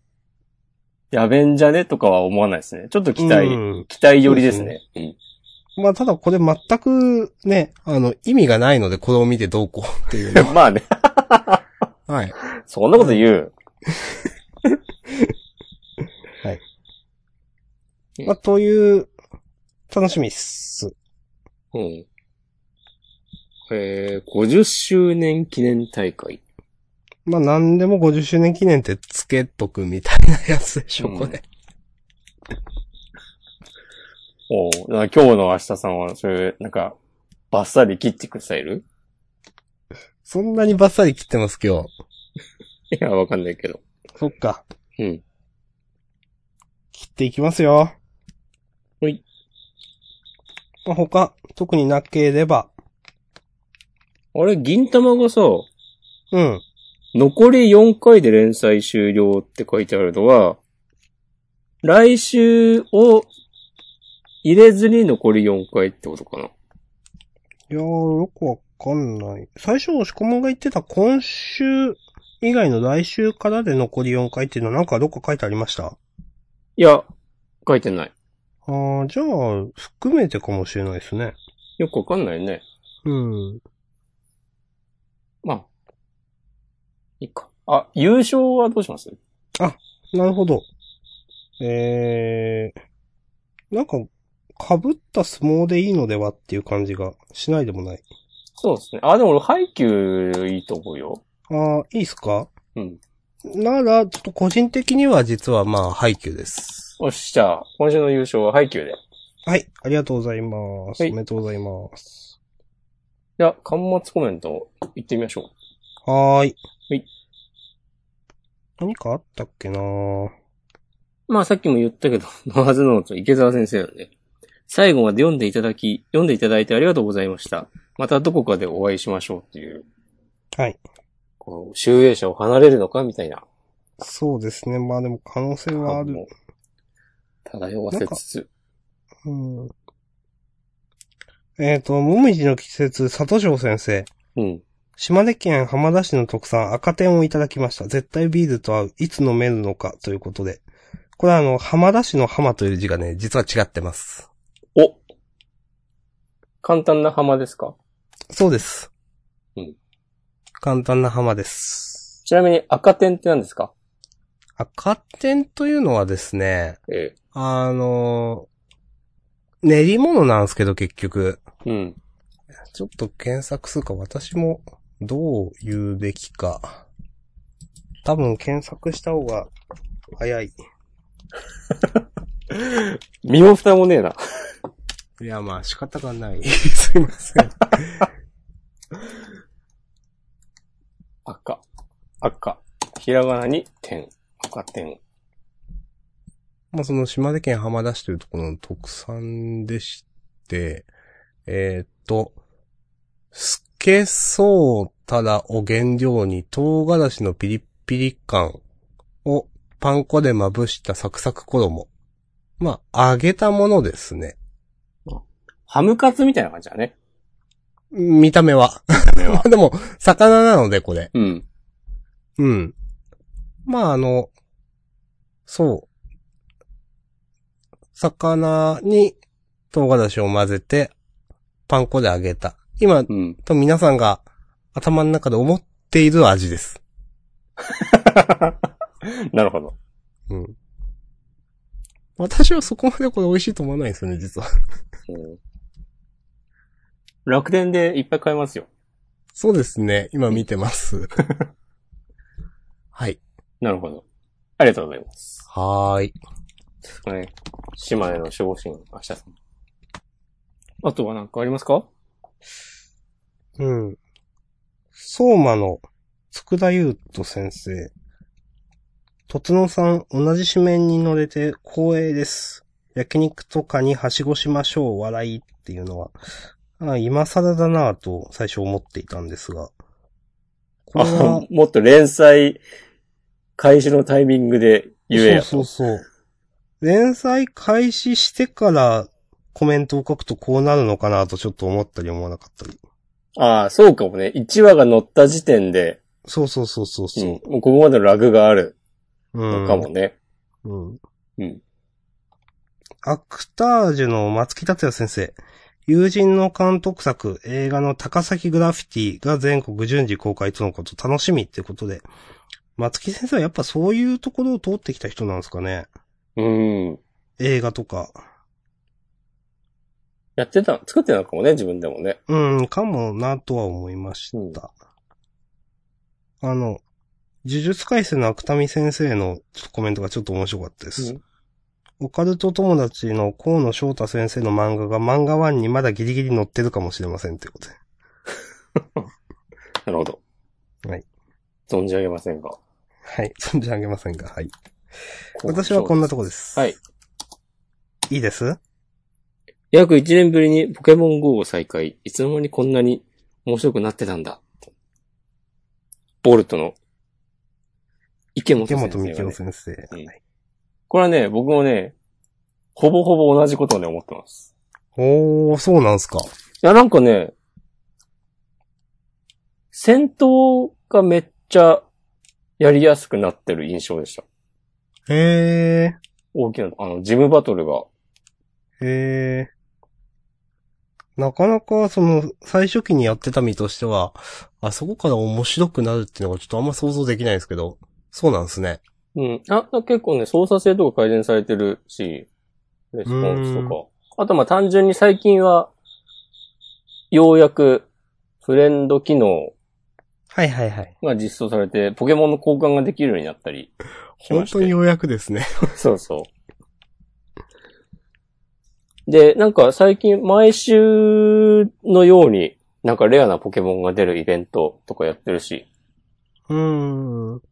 Speaker 1: やべんじゃねとかは思わないですね。ちょっと期待、
Speaker 2: うん
Speaker 1: 期待寄りですね。うん
Speaker 2: まあ、ただこれ全くね、あの、意味がないので、これを見てどうこうっていう
Speaker 1: <laughs>
Speaker 2: ね。
Speaker 1: まあね、
Speaker 2: はい。
Speaker 1: そんなこと言う。
Speaker 2: まあ、という、楽しみっす。
Speaker 1: うん。えー、50周年記念大会。
Speaker 2: まあ、なんでも50周年記念ってつけとくみたいなやつでしょ、
Speaker 1: うん
Speaker 2: これ。
Speaker 1: おうだから今日の明日さんは、それ、なんか、バッサリ切ってくスタイル
Speaker 2: そんなにバッサリ切ってます、今日。
Speaker 1: <laughs> いや、わかんないけど。
Speaker 2: そっか。
Speaker 1: うん。
Speaker 2: 切っていきますよ。
Speaker 1: ほい。
Speaker 2: まあ、他、特になければ、
Speaker 1: あれ、銀玉がさ、
Speaker 2: うん。
Speaker 1: 残り4回で連載終了って書いてあるのは、来週を入れずに残り4回ってことかな。
Speaker 2: いやー、よくわかんない。最初、押し込まんが言ってた今週以外の来週からで残り4回っていうのはなんかどっか書いてありました
Speaker 1: いや、書いてない。
Speaker 2: あー、じゃあ、含めてかもしれないですね。
Speaker 1: よくわかんないね。
Speaker 2: うん。
Speaker 1: まあ。いいか。あ、優勝はどうします
Speaker 2: なるほど。えー、なんか、被った相撲でいいのではっていう感じがしないでもない。
Speaker 1: そうですね。あ、でも俺、ハイキューいいと思うよ。
Speaker 2: ああ、いいっすか
Speaker 1: うん。
Speaker 2: なら、ちょっと個人的には実はまあ、配給です。
Speaker 1: よし、じゃあ、今週の優勝はハイキューで。
Speaker 2: はい、ありがとうございます。
Speaker 1: は
Speaker 2: お
Speaker 1: い
Speaker 2: めでとうございます。
Speaker 1: じゃあ、巻末コメント、行ってみましょう。
Speaker 2: はーい。
Speaker 1: はい。
Speaker 2: 何かあったっけなぁ
Speaker 1: まあさっきも言ったけど、 <laughs> ノアズノーツ、池澤先生なんで、最後まで読んでいただき、読んでいただいてありがとうございました。またどこかでお会いしましょうっていう、
Speaker 2: はい。
Speaker 1: こう、集英社を離れるのかみたいな。
Speaker 2: そうですね。まあでも可能性はある。。
Speaker 1: 漂わせつつ。
Speaker 2: うん。えっ、と、もみじの季節、佐藤先生。
Speaker 1: うん。
Speaker 2: 島根県浜田市の特産赤天をいただきました。絶対ビールと合う。いつ飲めるのかということで。これはあの、浜田市の浜という字がね、実は違ってます。
Speaker 1: お簡単な浜ですか
Speaker 2: そうです。
Speaker 1: うん。
Speaker 2: 簡単な浜です。
Speaker 1: ちなみに赤点って何ですか
Speaker 2: 赤天というのはですね、
Speaker 1: え
Speaker 2: あの、練り物なんですけど結局。
Speaker 1: え。うん。
Speaker 2: ちょっと検索するか、私もどう言うべきか。多分検索した方が早い。
Speaker 1: 身も蓋もねえな。
Speaker 2: いや、まあ仕方がない。 <laughs> すいません。
Speaker 1: 赤。赤。ひらがなに点。赤点。
Speaker 2: まあその島根県浜田市というところの特産でして、えーっと、すけそうたらを原料に唐辛子のピリピリ感をパン粉でまぶしたサクサク衣。まあ、揚げたものですね。
Speaker 1: ハムカツみたいな感じだね。
Speaker 2: 見た目は。。
Speaker 1: 目は
Speaker 2: <laughs> でも、魚なので、これ。
Speaker 1: うん。
Speaker 2: うん。まあ、あの、そう。魚に唐辛子を混ぜて、パン粉で揚げた。今、
Speaker 1: うん。
Speaker 2: と皆さんが頭の中で思っている味です。
Speaker 1: <laughs> なるほど。
Speaker 2: うん。私はそこまでこれ美味しいと思わないんですよね、実は。
Speaker 1: うん楽天でいっぱい買えますよ。
Speaker 2: そうですね、今見てます。 <laughs> はい。
Speaker 1: なるほど。ありがとうございます。
Speaker 2: はーい。
Speaker 1: はい。島根の守護神、明日さん。あとは何かありますか
Speaker 2: うん。相馬の、佃優斗先生。とつのさん、同じ紙面に乗れて光栄です。焼肉とかにはしごしましょう、笑いっていうのは、あ今更だなぁと最初思っていたんですが。これ
Speaker 1: あ
Speaker 2: は、、
Speaker 1: もっと連載開始のタイミングで言えやと。
Speaker 2: そうそうそう。連載開始してからコメントを書くとこうなるのかなとちょっと思ったり思わなかったり。
Speaker 1: ああ、そうかもね。1話が乗った時点で、
Speaker 2: そうそうそうそう
Speaker 1: うん
Speaker 2: そう。
Speaker 1: もうここまでのラグがある
Speaker 2: う
Speaker 1: の
Speaker 2: ん
Speaker 1: かもね。
Speaker 2: うん。
Speaker 1: うん
Speaker 2: アクタージュの松木達也先生。友人の監督作、映画の高崎グラフィティが全国順次公開とのこと、楽しみってことで。松木先生はやっぱそういうところを通ってきた人なんですかね。
Speaker 1: うん。
Speaker 2: 映画とか。
Speaker 1: やってた、作ってたのかもね、自分でもね。
Speaker 2: うん、かもなとは思いました。あの、呪術改正の芥見先生のちょっとコメントがちょっと面白かったです。オカルト友達の河野翔太先生の漫画が漫画1にまだギリギリ載ってるかもしれませんということで。
Speaker 1: なるほど。
Speaker 2: はい。
Speaker 1: 存じ上げませんが。
Speaker 2: はい。 <laughs> 存じ上げませんが、はい。私はこんなとこです。
Speaker 1: はい。。
Speaker 2: いいです
Speaker 1: 約1年ぶりにポケモン GO を再開。いつの間にこんなに面白くなってたんだ。ボルトの池本
Speaker 2: 池
Speaker 1: 先生
Speaker 2: 本
Speaker 1: がね、
Speaker 2: 美京先生。
Speaker 1: うん
Speaker 2: はい
Speaker 1: これはね、僕もね、ほぼほぼ同じことをね、思ってます。
Speaker 2: おー、そうなんすか。
Speaker 1: いや、なんかね、戦闘がめっちゃやりやすくなってる印象でした。
Speaker 2: へ
Speaker 1: 大きな、あの、ジムバトルが
Speaker 2: ー、へー。なかなか、その、最初期にやってた身としては、あそこから面白くなるっていうのがちょっとあんま想像できないですけど、そうなんですね。
Speaker 1: うん。あ、結構ね、操作性とか改善されてるし、レスポンスとか。あとまあ単純に最近は、ようやく、フレンド機能
Speaker 2: はいはいはい。
Speaker 1: が実装されて、ポケモンの交換ができるようになったりしま
Speaker 2: 本
Speaker 1: して。
Speaker 2: 当にようやくですね。
Speaker 1: <laughs> そうそう。で、なんか最近毎週のように、なんかレアなポケモンが出るイベントとかやってるし、
Speaker 2: うーん。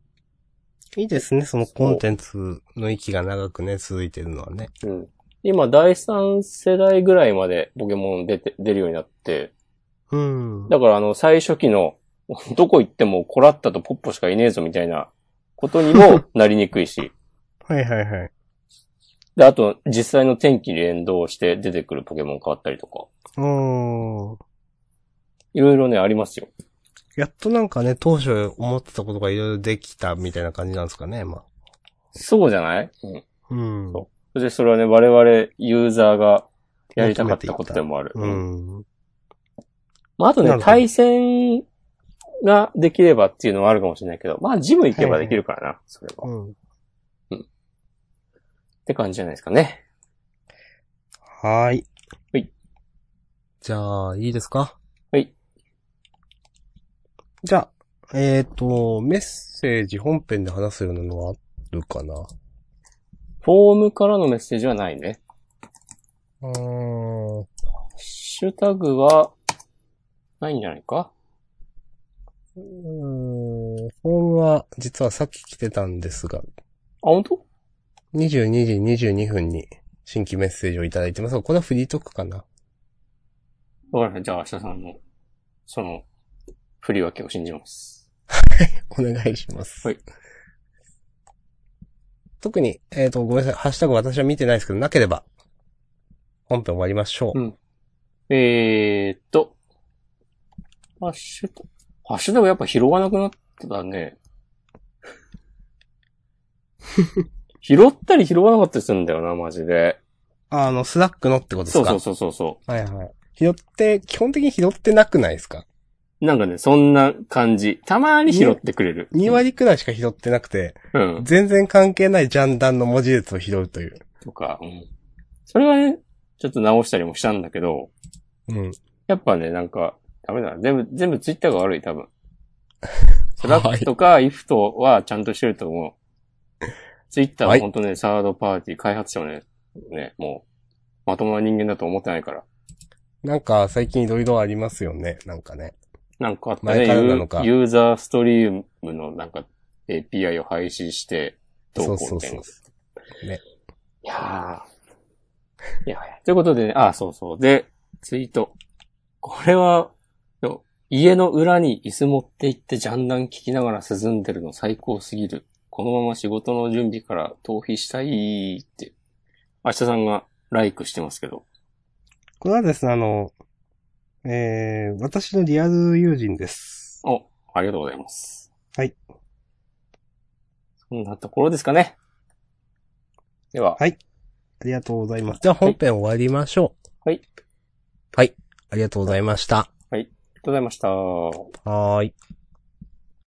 Speaker 2: いいですね、そのコンテンツの息が長くね、続いてるのはね。
Speaker 1: うん。今第3世代ぐらいまでポケモン出て、出るようになって、
Speaker 2: うん。
Speaker 1: だからあの最初期の、 <laughs> どこ行ってもコラッタとポッポしかいねえぞみたいなことに <laughs> もなりにくいし、
Speaker 2: はいはいはい。
Speaker 1: で、あと実際の天気に連動して出てくるポケモン変わったりとか、
Speaker 2: うーん。
Speaker 1: いろいろね、ありますよ。
Speaker 2: やっとなんかね、当初思ってたことがいろいろできたみたいな感じなんですかね、ま
Speaker 1: そうじゃないうん。
Speaker 2: あ。うん。
Speaker 1: そそしてそれはね、我々ユーザーがやりたかったことでもある。
Speaker 2: う
Speaker 1: うん
Speaker 2: ん。
Speaker 1: まあ、あと
Speaker 2: な
Speaker 1: ね、
Speaker 2: るほど
Speaker 1: 対戦ができればっていうのはあるかもしれないけど、まあ、ジム行けばできるからな、それは。っ
Speaker 2: うん。
Speaker 1: て感じじゃないですかね。
Speaker 2: はーい。
Speaker 1: はい。
Speaker 2: じゃあ、いいですか
Speaker 1: はい。
Speaker 2: じゃあ、えっ、と、メッセージ本編で話すようなのはあるかな
Speaker 1: フォームからのメッセージはないね。
Speaker 2: うーん。
Speaker 1: ハッシュタグは、ないんじゃないか
Speaker 2: うーん、本は、実はさっき来てたんですが、
Speaker 1: あ、本当
Speaker 2: 22時22分に新規メッセージをいただいてますが、これはフリートークかな
Speaker 1: わかりました。じゃあ、明日さんの、その、振り分けを信じます。
Speaker 2: お願いします。
Speaker 1: はい。
Speaker 2: 特に、えっ、と、ごめんなさい。ハッシュタグ私は見てないですけど、なければ、本編終わりましょう。
Speaker 1: うんえーっと、ハッシュタグ、ハッシュタグやっぱ拾わなくなったね。
Speaker 2: <laughs>
Speaker 1: 拾ったり拾わなかったりするんだよな、マジで。
Speaker 2: あの、スラックのってことです
Speaker 1: そう
Speaker 2: か
Speaker 1: そうそうそうそ
Speaker 2: はいはい。拾って、基本的に拾ってなくないですか
Speaker 1: う。なんかね、そんな感じ。たまに拾ってくれる。
Speaker 2: ?2 割くらいしか拾ってなくて、
Speaker 1: うん。
Speaker 2: 全然関係ないジャンダンの文字列を拾うという。
Speaker 1: とか、うん。それはね、ちょっと直したりもしたんだけど、
Speaker 2: うん。
Speaker 1: やっぱね、なんか、ダメだな。全部、全部ツイッターが悪い、多分。スラックとか、イフとはちゃんとしてると思う。ツイッター
Speaker 2: は
Speaker 1: はい本当ね、サードパーティー開発者をね、ね、もう、まともな人間だと思ってないから。
Speaker 2: なんか、最近いろいろありますよね。なんかね。
Speaker 1: なんかあったね、ユ
Speaker 2: 前からなのか
Speaker 1: ーユーザーストリームのなんか API を廃止して、どう
Speaker 2: そ
Speaker 1: こ
Speaker 2: うそう
Speaker 1: みたいな
Speaker 2: うそう。。ね。
Speaker 1: いやー。いやいや。ということでね、あ、そうそう。で、ツイート。これは、よ家の裏に椅子持って行ってジャンダン聞きながら涼んでるの最高すぎる。このまま仕事の準備から逃避したいって、明日さんがライクしてますけど。
Speaker 2: これはですね、あの、えー、私のリアル友人です。
Speaker 1: お、ありがとうございます。
Speaker 2: はい。
Speaker 1: そんなところですかね。では、
Speaker 2: はいありがとうございます。じゃあ本編終わりましょう。
Speaker 1: はい。
Speaker 2: はい。ありがとうございました。
Speaker 1: ありがとうございました。
Speaker 2: はーい。